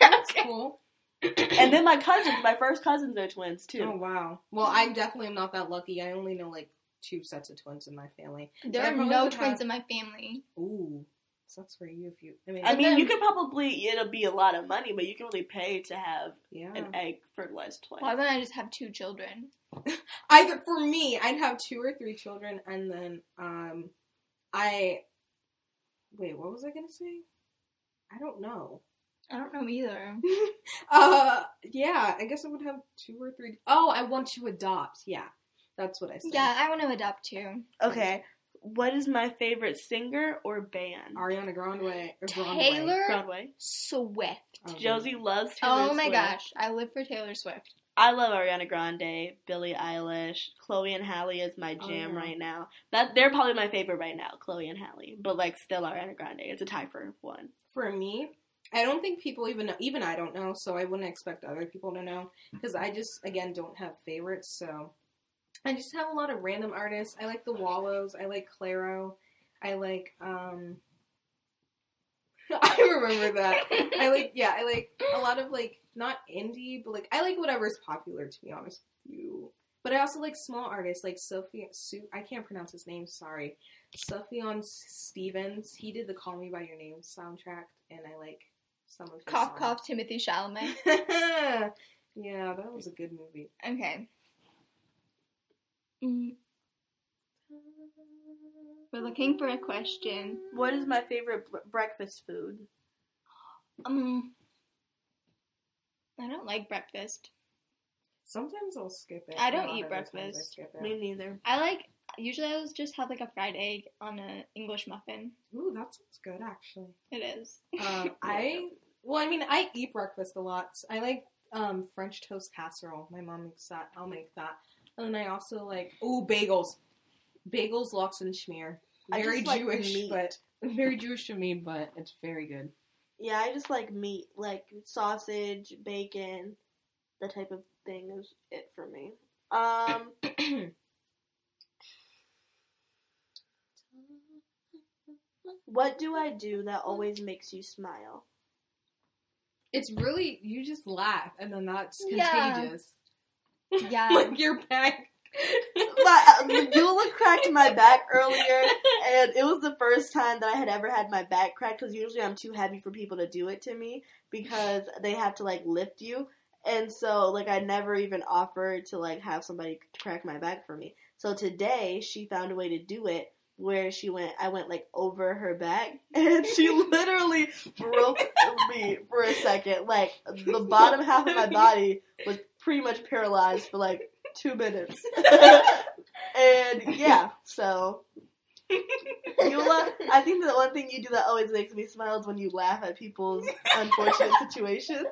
That's cool. and then my cousins, my first cousins are twins too. Oh wow. Well, I definitely am not that lucky. I only know like two sets of twins in my family. There Yeah, are but no look how- twins in my family. Ooh, sucks for you if you. I mean, I mean, then- you could probably it'll be a lot of money, but you can really pay to have yeah. an egg fertilized twice. Why wouldn't I just have two children? Either for me, I'd have two or three children, and then um, I. Wait, what was I gonna say? I don't know. I don't know either. Uh, yeah, I guess I would have two or three. Oh, I want to adopt. Yeah, that's what I said. Yeah, I want to adopt too. Okay, what is my favorite singer or band? Ariana Grande. Or Grande. Taylor Broadway. Swift. Um, Josie loves Taylor oh my Swift. gosh, I live for Taylor Swift. I love Ariana Grande, Billie Eilish, Chloe and Halle is my Oh, jam yeah. right now. That they're probably my favorite right now, Chloe and Halle. But like still Ariana Grande. It's a tie for one. for me, I don't think people even know, even I don't know, so I wouldn't expect other people to know because I just again don't have favorites, so I just have a lot of random artists. I like the Wallows, I like Claro, I like um I remember that. I like yeah, I like a lot of like not indie, but like I like whatever's popular to be honest with you. But I also like small artists like Sophie Su I can't pronounce his name, sorry. Sufjan Stevens. He did the Call Me by Your Name soundtrack and I like some of his cough, songs. cough, Timothy Chalamet. yeah, that was a good movie. Okay. Mm, We're looking for a question. What is my favorite br- breakfast food? Um, I don't like breakfast. Sometimes I'll skip it. I don't A lot eat of the times I breakfast. skip Me it. neither. I like usually I will just have like a fried egg on an English muffin. Ooh, that sounds good actually. It is. Um, I well, I mean, I eat breakfast a lot. I like um, French toast casserole. My mom makes that. I'll make that. And then I also like oh bagels, bagels, lox and schmear. I Very just like Jewish, meat. but very Jewish to me, but it's very good. Yeah, I just like meat, like sausage, bacon, that type of thing is it for me. Um What do I do that always makes you smile? It's really you just laugh, and then that's Yeah. contagious. Yeah. Like you're back. my, Eula uh, cracked my back earlier, and it was the first time that I had ever had my back cracked because usually I'm too heavy for people to do it to me because they have to like lift you. And so, like, I never even offered to like have somebody crack my back for me. So today, she found a way to do it where she went. I went like over her back, and she literally broke me for a second. Like the bottom half of my body was pretty much paralyzed for like two minutes. and yeah, so Eula, I think the one thing you do that always makes me smile is when you laugh at people's unfortunate situations.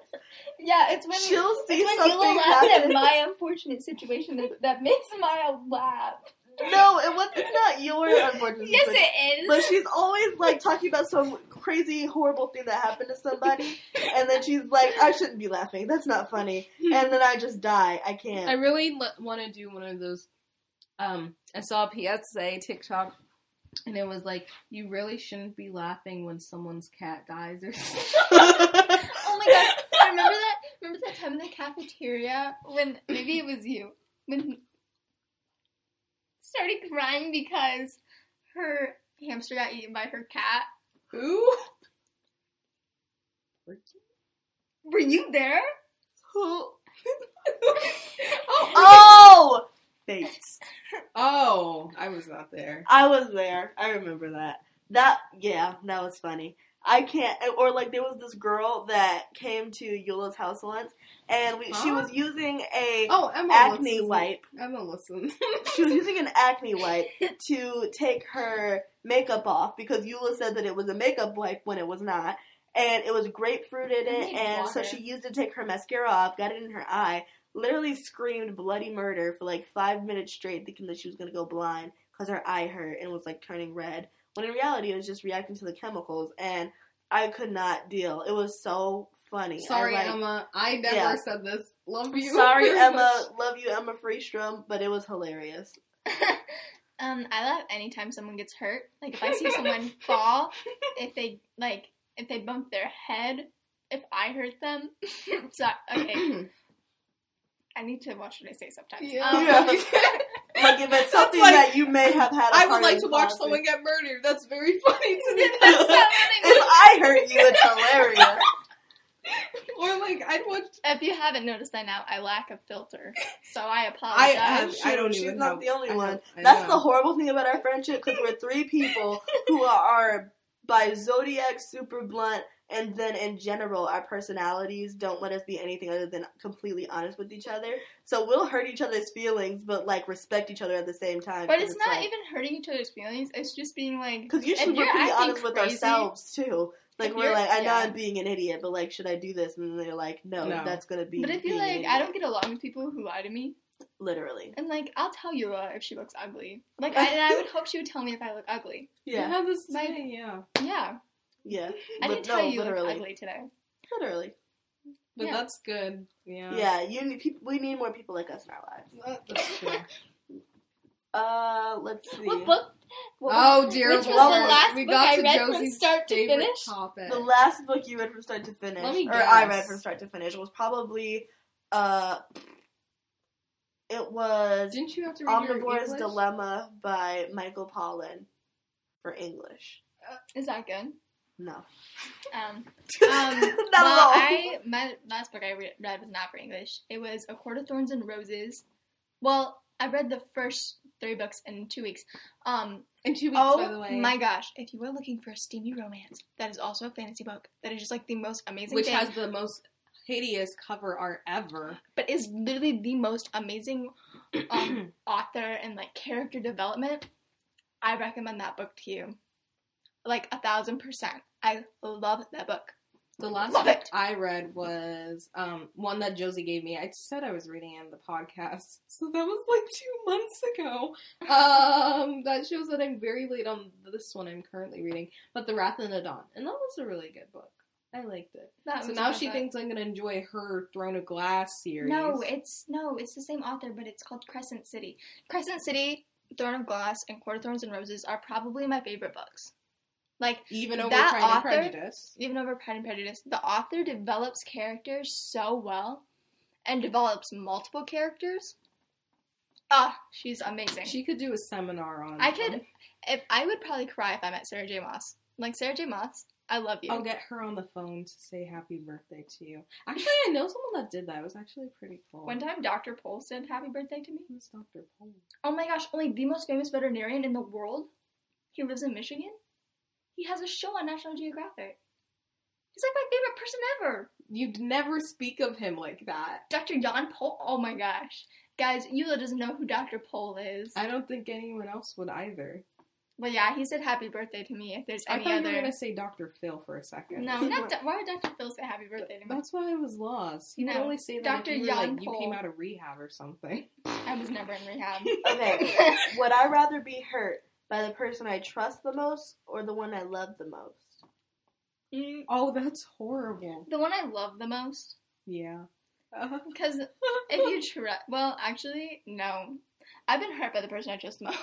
Yeah, it's when She'll see it's when something Yula laughs at happen. my unfortunate situation that, that makes Maya laugh. No, it was it's not your unfortunate Yes, situation. it is. But she's always like talking about some crazy, horrible thing that happened to somebody, and then she's like, "I shouldn't be laughing. That's not funny." Hmm. And then I just die. I I can't. really l- want to do one of those. Um, I saw a PSA TikTok, and it was like, "You really shouldn't be laughing when someone's cat dies." Or something. Oh my gosh, I remember that. Remember that time in the cafeteria when maybe it was you when started crying because her hamster got eaten by her cat. Who? Were you there? Who? oh, Oh, thanks. oh, I was not there. I was there. I remember that. That yeah, that was funny. I can't or like there was this girl that came to Eula's house once and we, she Huh? was using a Oh, Emma. acne listens. wipe. Emma, listen. She was using an acne wipe to take her makeup off because Eula said that it was a makeup wipe when it was not. And it was grapefruit in I it, need and so water. she used it to take her mascara off, got it in her eye, literally screamed bloody murder for like five minutes straight, thinking that she was gonna go blind because her eye hurt and was like turning red. When in reality, it was just reacting to the chemicals, and I could not deal. It was so funny. I Sorry, like- Emma. I never Yeah. said this. Love you. Sorry, very Emma. much. Love you, Emma Freestrom, but it was hilarious. um, I laugh anytime someone gets hurt. Like if I see someone fall, if they like if they bump their head, if I hurt them. so okay, I need to watch what I say sometimes. Yeah. Um, Yeah. Like, if it's something like- that you may have had a I would part like in to watch causing- someone get murdered. That's very funny to me. That's not what I mean. If I hurt you, it's hilarious. or like I'd watch. If you haven't noticed by now, I lack a filter, so I I apologize. have- I don't She's even not know. the only I one. know, I That's know. the horrible thing about our friendship because we're three people who are by zodiac super blunt, and then in general, our personalities don't let us be anything other than completely honest with each other. So we'll hurt each other's feelings, but like respect each other at the same time. but it's not even hurting each other's feelings. It's just being like, because usually if we're you're pretty acting honest with crazy- ourselves too. Like If we're you're- like, I yeah. know I'm being an idiot, but like, should I do this? And they're like, No, No. that's gonna be. but if you being an like, idiot. I don't get along with people who lie to me. literally. And like, I'll tell Yura if she looks ugly. Like, I, and I would hope she would tell me if I look ugly. You Yeah, have this My- thing, yeah. Yeah, yeah. I Li- didn't tell you you look literally, ugly today. literally. But Yeah. that's good. Yeah. Yeah, you need peop we need more people like us in our lives. That- that's true. Uh, let's see. What book? What oh dear Which was Lord. the last we book got I to read from Josie's start to favorite finish? Topic. The last book you read from start to finish, Let me or I guess. read from start to finish, was probably uh, it was Didn't you have to read your Omnivore's English? Dilemma by Michael Pollan for English. Is that good? No, Um, not um, at all. well, I my last book I re- read was not for English. It was A Court of Thorns and Roses. Well, I read the first three books in two weeks. Um, In two weeks, by the oh way. my gosh! If you are looking for a steamy romance, that is also a fantasy book. That is just like the most amazing which thing. has the most hideous cover art ever. but is literally the most amazing um, author and like character development. I recommend that book to you, like a thousand percent. I love that book. The last Love book it. I read was um, one that Josie gave me. I said I was reading it in the podcast, so that was like two months ago. Um, that shows that I'm very late on this one I'm currently reading, but The Wrath and the Dawn, and that was a really good book. I liked it. That So was now my she book. thinks I'm gonna enjoy her Throne of Glass series. No, it's no, it's the same author, but it's called Crescent City. Crescent City, Thorn of Glass, and Court of Thorns and Roses are probably my favorite books. Like even over that Pride author- and Prejudice. even over Pride and Prejudice, the author develops characters so well, and develops multiple characters. Ah, she's amazing. She could do a seminar on. I could- them. if I would probably cry if I met Sarah J. Moss. Like Sarah J. Moss, I love you. I'll get her on the phone to say happy birthday to you. Actually, I know someone that did that. It was actually pretty cool. One time, Dr. Pole said happy birthday to me. Who's Dr. Paul? Oh my gosh, only the most famous veterinarian in the world. He lives in Michigan. He has a show on National Geographic. He's like my favorite person ever. You'd never speak of him like that. Dr. Jan Pole. Oh my gosh. Guys, Eula doesn't know who Dr. Pole is. I don't think anyone else would either. But yeah, he said happy birthday to me if there's I any thought you were other. gonna say Dr. Phil for a second. No, not Do- why would Dr. Phil say happy birthday to me? That's why I was lost. You would No. only say that Dr. if you, were, Jan like, you came Paul. out of rehab or something. I was never in rehab. okay, would I rather be hurt by the person I trust the most or the one I love the most? Mm, Oh, that's horrible. the one I love the most. Yeah. Uh, Because if you try, well, actually, no. I've been hurt by the person I trust the most.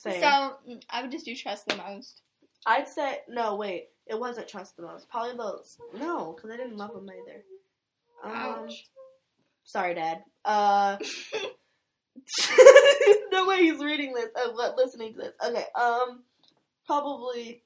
Same. so mm, I would just do trust the most. I'd say no. Wait, it wasn't trust the most. Probably those. No, because I didn't love them either. Um, Ouch. sorry, Dad. Uh, no way he's reading this. Uh, li- listening to this. Okay. Um, probably.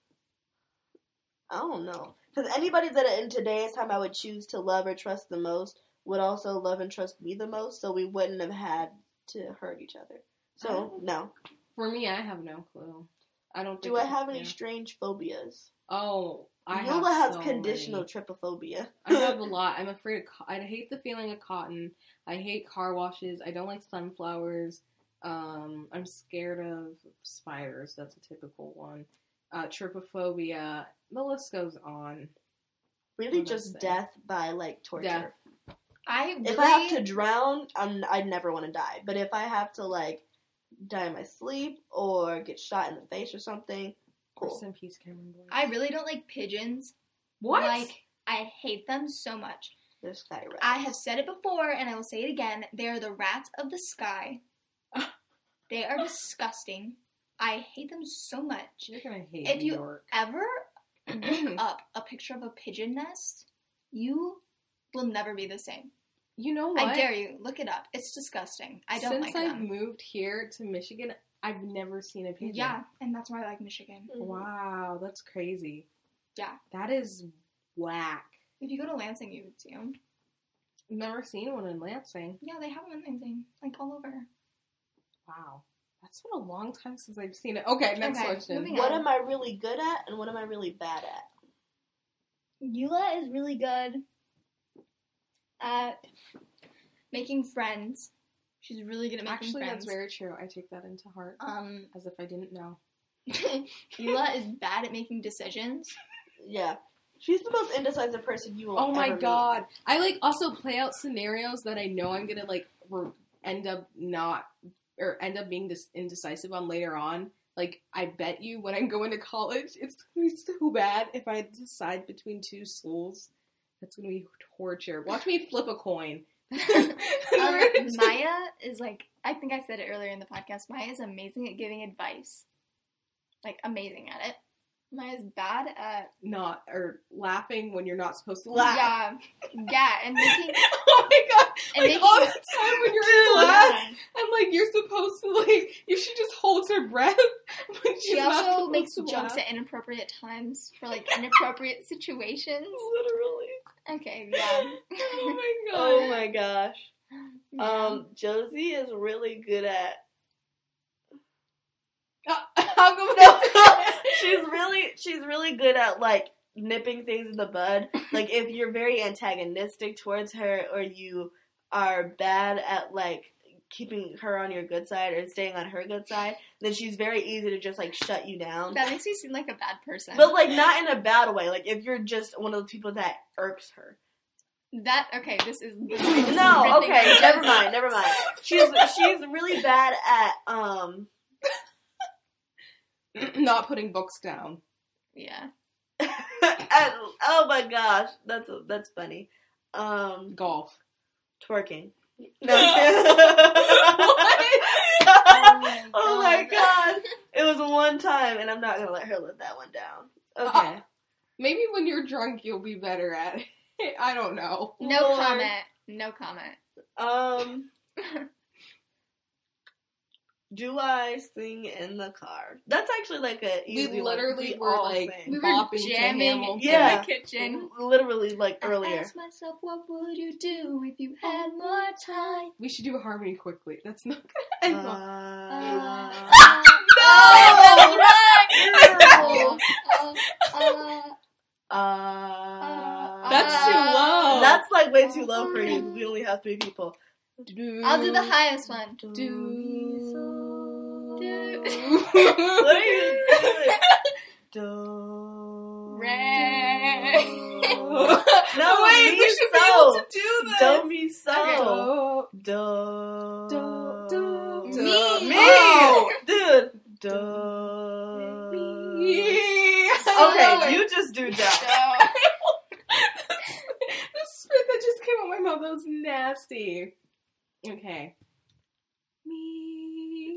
I don't know. Because anybody that in today's time I would choose to love or trust the most would also love and trust me the most, so we wouldn't have had to hurt each other. So no. for me, I have no clue. I don't. Think Do I have any yeah. strange phobias? Oh, I have. Yola has so conditional many. trypophobia. I have a lot. I'm afraid of. Co- I hate the feeling of cotton. I hate car washes. I don't like sunflowers. Um, I'm scared of spiders. That's a typical one. Uh, trypophobia. The list goes on. really, What am I just saying? death by like torture. Death. I really, If I have to drown, I'm, I'd never want to die. But if I have to like die in my sleep or get shot in the face or something, cool. Rest in peace, Cameron Boyce. I really don't like pigeons. what? Like I hate them so much. They're sky rats. I have said it before and I will say it again. They are the rats of the sky. they are disgusting. I hate them so much. You're gonna hate If New you- York. Ever look up a picture of a pigeon nest, you will never be the same. You know what? I dare you. Look it up. It's disgusting. I don't Since like I've them. moved here to Michigan, I've never seen a pigeon. Yeah, and that's why I like Michigan. Mm-hmm. Wow, that's crazy. Mm-hmm. Yeah. That is whack. If you go to Lansing, you would see them. Never seen one in Lansing. Yeah, they have them in Lansing, like all over. Wow. That's been a long time since I've seen it. Okay, next Okay, question. moving What am I really good at and what am I really bad at? Eula is really good at Making friends. She's really good at making Actually, friends. that's very true. I take that into heart. Um, As if I didn't know. Hila is bad at making decisions. Yeah. She's the most indecisive person you will Oh my ever meet. god. I like also play out scenarios that I know I'm gonna like re- end up not or end up being dis- indecisive on later on. Like I bet you when I go into college, it's gonna be so bad if I decide between two schools. That's gonna be torture. Watch me flip a coin. Um, my- Maya is like I think I said it earlier in the podcast. Maya is amazing at giving advice, like amazing at it. Maya's bad at not or laughing when you're not supposed to laugh. Yeah, yeah, and making Oh my god! and Like making all the time when you're in class, I'm like, you're supposed to like, you should just hold your breath. When she's she not also supposed makes to jokes laugh. at inappropriate times for like inappropriate situations. Literally. Okay, yeah. Oh my god! Oh my gosh. Yeah. Um, Josie is really good at. Oh How come No, she's really she's really good at like nipping things in the bud. Like if you're very antagonistic towards her, or you are bad at like keeping her on your good side or staying on her good side, then she's very easy to just like shut you down. that makes you seem like a bad person. But like not in a bad way. Like if you're just one of those people that irks her. that okay, this is No, okay, never Just- mind, never mind. She's she's really bad at um not putting books down? Yeah, at, oh my gosh, that's that's funny. Um, Golf. twerking. No. oh my my God. god, it was one time, and I'm not gonna let her live that one down. Okay, Maybe when you're drunk, you'll be better at it. I don't know. no Lord. comment, no comment. Um, do I sing in the car? That's actually like a easy. one, 'cause literally were, all like, sing. We were Bopping to jamming in Hamilton. Yeah. the kitchen. literally like I earlier. asked myself, what would you do if you had more time? We should do a harmony quickly. That's not. Uh, Good. no! uh, Uh, Uh, Oh, oh, oh, uh, That's too low. Uh, That's like way too low for you. We only have three people. I'll do the highest one. Do. What are you doing? Do. Re. No, wait, be we should so. be able to do this. Do me Okay. so. Do. Do, do, Me. do. Me. Oh. Dude. Do. Okay, Okay, you just do that. the spit that just came out my mouth that was nasty. Okay.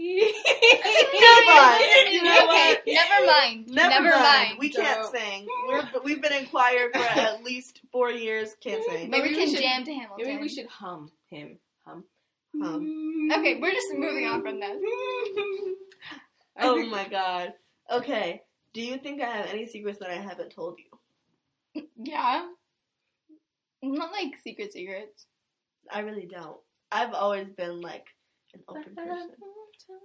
Me. on. You know okay, what? never mind. Never, mind. We Don't. can't sing. We're, we've been in choir for at least four years. Can't sing. Maybe Maybe we we can should- jam to Hamilton. Maybe we should hum him. Hum. Hum. Okay, we're just moving on from this. I Oh think- my god. Okay. Do you think I have any secrets that I haven't told you? Yeah. not like secret secrets. I really don't. I've always been like an open person,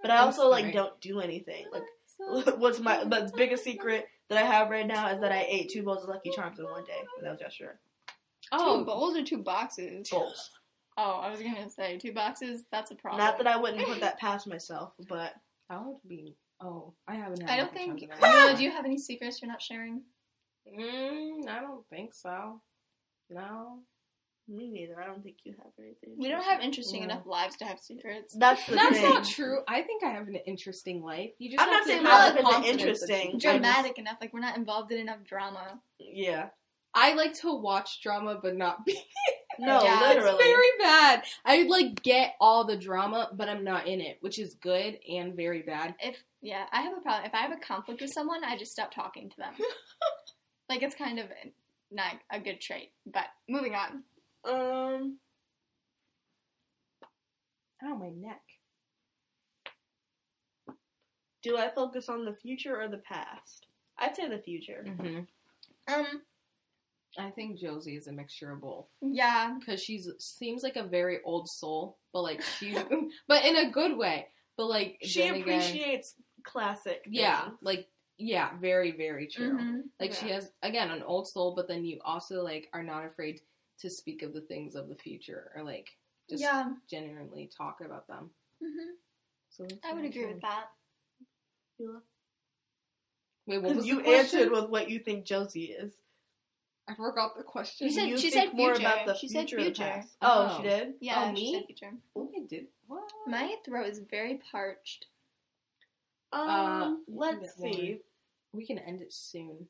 but I also like don't do anything. Like, what's my the biggest secret that I have right now is that I ate two bowls of Lucky Charms in one day, and that was yesterday. two Oh, bowls or two boxes. Bowls. Oh, I was gonna say two boxes. That's a problem. Not that I wouldn't put that past myself, but that would be. Oh, I haven't. Had I don't Lucky Charms think. in a long Noah, time. do you have any secrets you're not sharing? Mm, I don't think so. No. me neither. I don't think you have anything. We don't have interesting No. enough lives to have secrets. That's the That's thing. not true. I think I have an interesting life. You just I'm have not to have saying my the life isn't confidence that you- interesting. I just- Dramatic enough, like we're not involved in enough drama. Yeah. I like to watch drama, but not be. No, Yeah, it's literally. It's very bad. I like get all the drama, but I'm not in it, which is good and very bad. If yeah, I have a problem. If I have a conflict with someone, I just stop talking to them. like it's kind of not a good trait. But Moving on. um, Ow, my neck. do I focus on the future or the past? I'd say the future. hmm um, I think Josie is a mixture of both yeah, because she seems like a very old soul, but like she, but in a good way. But like She then again- appreciates classic. yeah, things. like yeah, very very true. mhm. Like she has again an old soul, but then you also like are not afraid to speak of the things of the future or like just yeah, genuinely talk about them. hmm So that's I would agree with interesting. that. Wait, what Because was you the question? answered with what you think Josie is. I forgot the question. You said- you she think said more future. about the She said future. or future. past? Oh. Oh, she did. Yeah, Oh, she me? said future. oh, I did what? My throat is very parched. Um, Uh, let's that see. we can end it soon.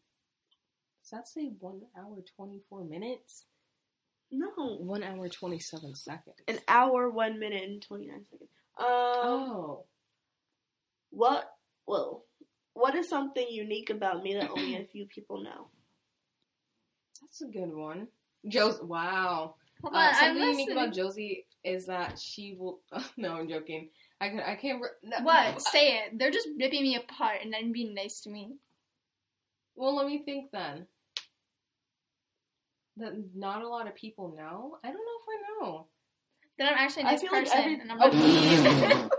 Does that say one hour twenty four minutes? No, One hour twenty seven seconds. an hour, one minute, and twenty nine seconds. Um, oh, what? Well, what is something unique about me that only a few people know? that's a good one. Josie, wow. Hold Uh, on, I'm something unique listening. about Josie is that she will. no, I'm joking. I can. I can't. Re- no. what? Say it. They're just ripping me apart and then being nice to me. Well, let me think then. That not a lot of people know. I don't know if I know. Then I'm actually a I nice feel person like every- and I'm not.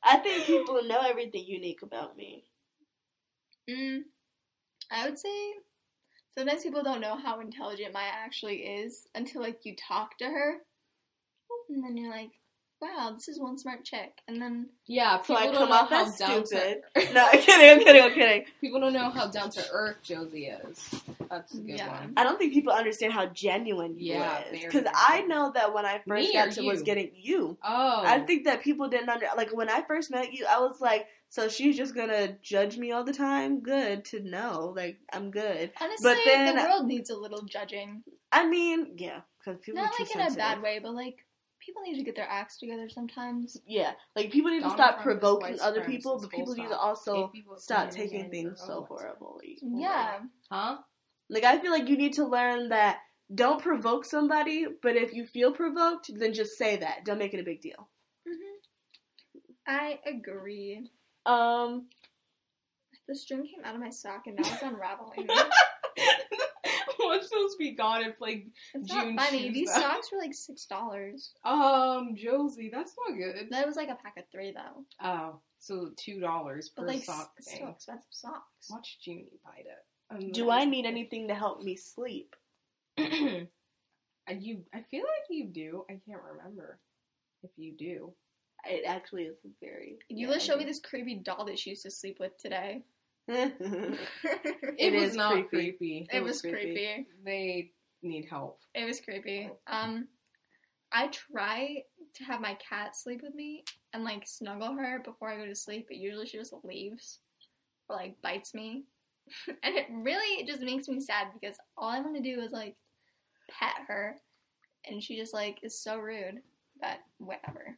Oh. I think people know everything unique about me. Mm, I would say sometimes people don't know how intelligent Maya actually is until like you talk to her, and then you're like, "Wow, this is one smart chick." And then yeah, So people I don't come know off how as down stupid. to No, I'm kidding. I'm kidding. I'm kidding. people don't know how down to earth Josie is. That's a good Yeah. one. I don't think people understand how genuine you Yeah, is. very Because I genuine. know that when I first Me got or to was you? getting you. Oh, I think that people didn't under like when I first met you. I was like, so she's just gonna judge me all the time. Good to know. Like I'm good. honestly, then- the world needs a little judging, I mean, yeah, because people not are too like in a bad sensitive. way, but like people need to get their acts together sometimes. Yeah, like people need to Donald stop Trump is provoking white other supremacist, people, but full people need to stop. also Gay people stop community taking and things they're so all white horribly. Yeah, Huh? Like I feel like you need to learn that don't provoke somebody, but if you feel provoked, then just say that. Don't make it a big deal. Mm-hmm. I agree. Um, The string came out of my sock and now it's unraveling. Watch those be gone and play. it's June not funny. shoes These though. socks were like six dollars. Um, Josie, that's not good. That was like a pack of three though, Oh, so two dollars per but like sock s- thing. still expensive socks. Watch Junie bite it. I'm do like- I need anything to help me sleep? I you, I feel like you do. I can't remember if you do. It actually is very. Eula showed me this creepy doll that she used to sleep with today. this. It, It was is not creepy. creepy. it was creepy. They need help. It was creepy. Um, I try to have my cat sleep with me and like snuggle her before I go to sleep, but usually she just leaves or like bites me, and it really just makes me sad because all I want to do is like pet her, and she just like is so rude. But whatever.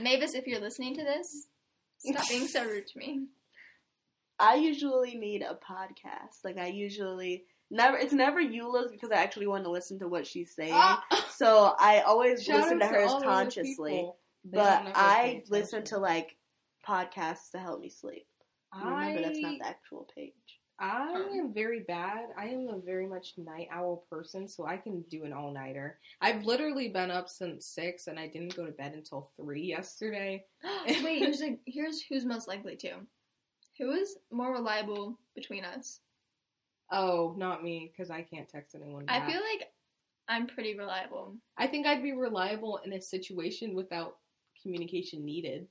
Mavis, if you're listening to this, stop being so rude to me. I usually need a podcast. Like I usually never. It's never Eula's because I actually want to listen to what she's saying. So I always Ah! Shout listen to out hers all of the consciously, people. They but don't ever pay I attention. listen to like podcasts to help me sleep. Remember, that's I- not the actual page. I Um, am very bad. I am a very much night owl person, so I can do an all nighter. I've literally been up since six, and I didn't go to bed until three yesterday. Wait, here's like here's who's most likely to. Who is more reliable between us? Oh, not me, because I can't text anyone. Back. I feel like I'm pretty reliable. I think I'd be reliable in a situation without communication needed.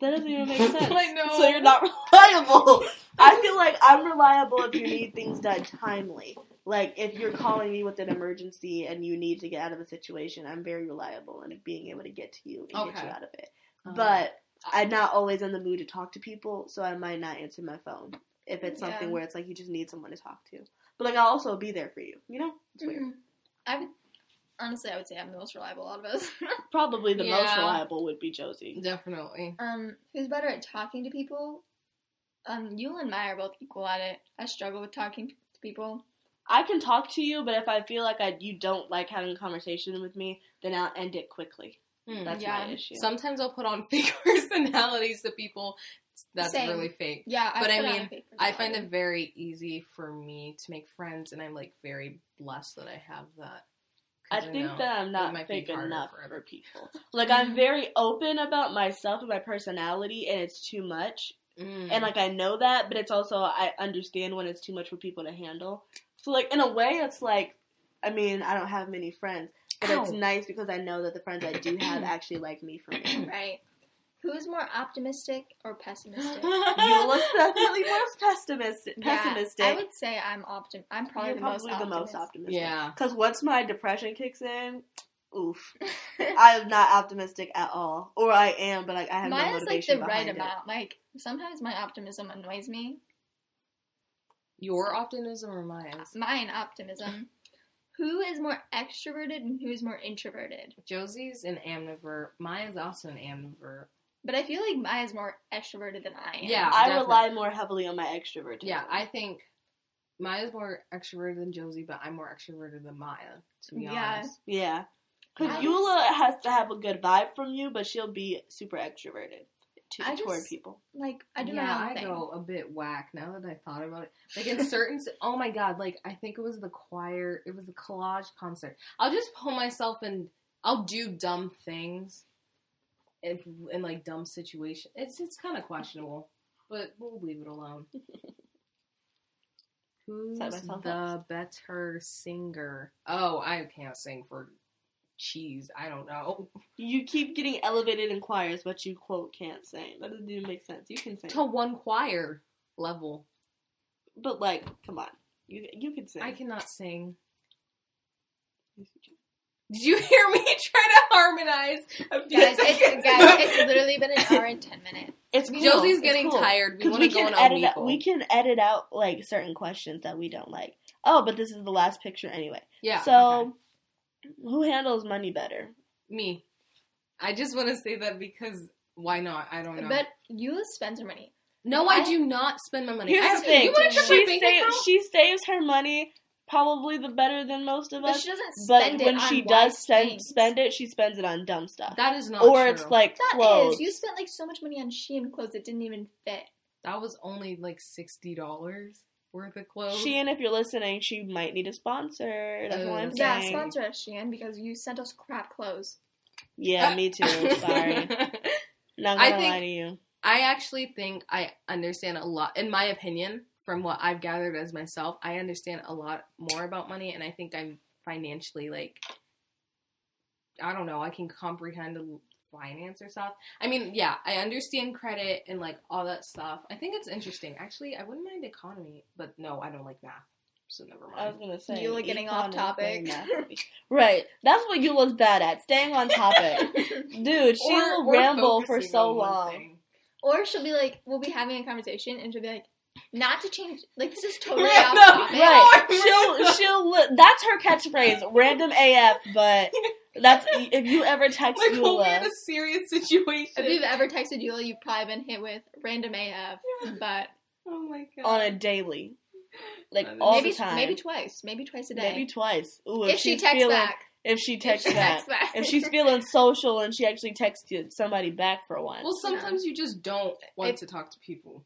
That doesn't even make sense. I know. So you're not reliable. I feel like I'm reliable if you need things done timely. Like if you're calling me with an emergency and you need to get out of a situation, I'm very reliable in being able to get to you and get Okay. you out of it. Um, but I'm not always in the mood to talk to people, so I might not answer my phone if it's something Yeah. where it's like you just need someone to talk to. But like I'll also be there for you. You know, it's Mm-hmm. weird. Mhm. I would honestly, I would say I'm the most reliable out of us. Probably the most Yeah. reliable would be Josie. Definitely. um, who's better at talking to people? Um, you and I are both equal at it. I struggle with talking to people. I can talk to you, but if I feel like I you don't like having a conversation with me, then I'll end it quickly. Hmm. That's Yeah. my issue. Sometimes I'll put on fake personalities to people. That's Same. really fake. Yeah, I But I put on a mean, fake I find personality. it very easy for me to make friends, and I'm like very blessed that I have that. I 'Cause think know that I'm it not might be fake harder enough for other people. Like Mm-hmm. I'm very open about myself and my personality, and it's too much. Mm. and like I know that, but it's also I understand when it's too much for people to handle. So like in a way, it's like I mean I don't have many friends, but it's Ow. nice because I know that the friends I do have actually like me for me. right. Who is more optimistic or pessimistic? You look definitely most pessimistic. Yeah, Pessimistic. I would say I'm optim. I'm probably, the, You're probably most the most optimistic. optimistic. yeah. Because once my depression kicks in, oof, I'm not optimistic at all, or I am, but like I have no Mine is like motivation the right behind it. amount. Like sometimes my optimism annoys me. Your optimism or mine? Mine optimism. who is more extroverted and who is more introverted? Josie's an amnivert. Mine's also an amnivert. But I feel like mine is more extroverted than I am. Yeah. I Definitely. rely more heavily on my extrovertism. Yeah, I think Maya's more extroverted than Josie, but I'm more extroverted than Maya, to be Yeah. honest. Yeah. Because I Eula has to have a good vibe from you, but she'll be super extroverted to, I toward just- people. Like I do yeah, my own I thing. go a bit whack now that I thought about it. Like in certain, oh my god, like I think it was the choir, it was the collage concert. I'll just pull myself and I'll do dumb things, if in like dumb situations. It's it's kind of questionable, but we'll leave it alone. Who's Set myself the better singer? Oh, I can't sing for cheese. I don't know. You keep getting elevated in choirs, but you, quote, can't sing. That doesn't even make sense. You can sing. To one choir level, But, like, come on. You, you can sing. I cannot sing. Yes, you can. Did you hear me try to harmonize? a few Guys, seconds it's, ago? guys, it's literally been an hour and ten minutes. It's cool. Josie's It's getting cool. tired. We 'Cause want we to go can on edit a out, we can edit out like certain questions that we don't like. Oh, but this is the last picture anyway. Yeah. okay. so, who handles money better? me, I just want to say that because why not? I don't know. But you spend your money. no, I, I- do not spend my money. Here's I the have- thing. You want to check my she, bank sa- account? she saves her money probably the better than most of But us. she doesn't But spend it when on she wise does spend, things. spend it, she spends it on dumb stuff. That is not. or true. it's like That is, clothes. you spent like so much money on Shein clothes that didn't even fit. that was only like sixty dollars worth of clothes. She and if you're listening, she might need a sponsor. That's all I'm Ooh. Yeah, saying. sponsor us, Shein, because you sent us crap clothes. Yeah, me too. Sorry, not Uh, I gonna think- lie to you. I actually think I understand a lot, in my opinion, from what I've gathered as myself, I understand a lot more about money, and I think I'm financially like, I don't know, I can comprehend the finance or stuff. I mean, yeah, I understand credit and like all that stuff. I think it's interesting. Actually, I wouldn't mind economy, but no, I don't like math, so never I was mind. gonna say Eula getting off econ and topic. nothing. right, that's what Eula's bad at. Staying on topic, dude. She will ramble for focusing so on one long. thing. Or she'll be like, we'll be having a conversation, and she'll be like, not to change. Like this is totally Yeah, off no, topic. Right. She'll she'll li- that's her catchphrase, random AF, but that's if you ever text Like, we'll be in Eula. a serious situation. If you've ever texted Eula, you've probably been hit with random AF. But oh my god. on a daily, like Maybe- all maybe the time. maybe twice, maybe twice a day. Maybe twice. Ooh, if, she she's texts feeling, back. if she texts if she back, texts back. if she's feeling social and she actually texts you- somebody back for once. Well, sometimes you just don't want If- to talk to people.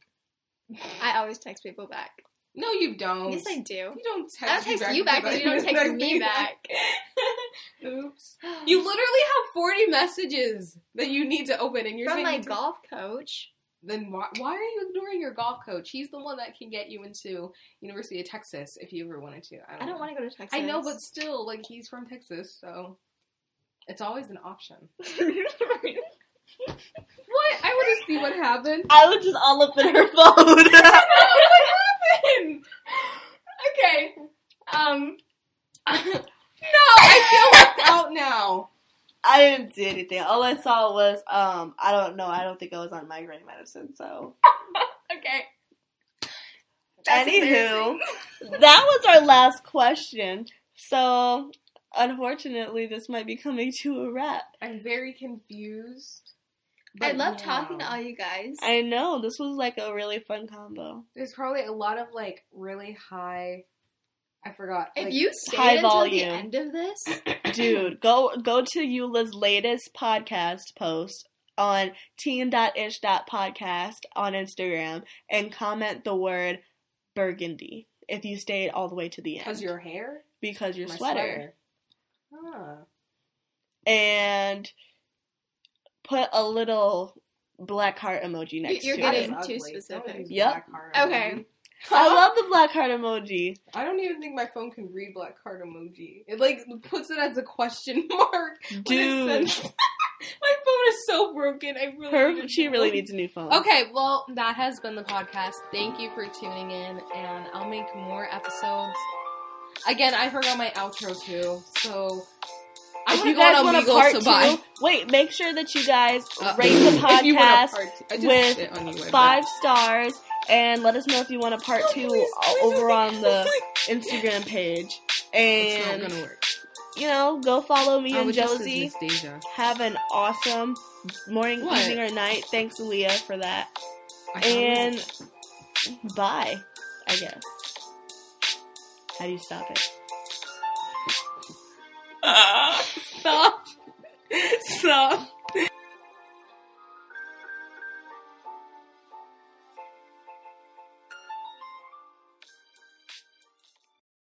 I always text people back. No, you don't. Yes, I do. You don't text, I don't text you back, but you don't text me back. Oops. You literally have 40 messages that you need to open, and you're from saying, my to- golf coach. Then why, why are you ignoring your golf coach? He's the one that can get you into University of Texas if you ever wanted to. I don't, I don't know. want to go to Texas. I know, but still, like he's from Texas, so it's always an option. What? I want to see what happened. I was just all up in her phone. okay. Um. no, I feel left out now. I didn't do anything. All I saw was um I don't know. I don't think I was on migraine medicine, so Okay. That's Anywho, embarrassing. that was our last question. So, unfortunately, this might be coming to a wrap. I'm very confused. I but love no. talking to all you guys. I know this was like a really fun combo. There's probably a lot of like really high. I forgot. if like, you stayed high until the volume. end of this, Dude, go go to Eula's latest podcast post on teen.ish.podcast on Instagram and comment the word burgundy if you stayed all the way to the end. because your hair, because your My Ah. sweater. Huh. And put a little black heart emoji next You're to That it. getting is too ugly. specific. Don't use Yep. black heart emoji. Okay. I love the black heart emoji. I don't even think my phone can read black heart emoji. It like puts it as a question mark. when it Dude, sends- my phone is so broken. I really her, need she a new really one. needs a new phone. Okay, well, that has been the podcast. Thank you for tuning in, and I'll make more episodes. Again, I forgot my outro too, so I If want to you go on guys want a Amigos part to two, buy. wait, make sure that you guys Uh, rate the if you want a podcast part two- I just with shit on you with five that. stars and let us know if you want a part Oh, two please, please, over okay, on the please. Instagram page. It's not And gonna work. you know, go follow me Oh, and it just says Josie. Miss Deja. Have an awesome morning, What? evening, or night. Thanks, Leah, for that. I found it. And bye. I guess. How do you stop it? Ah.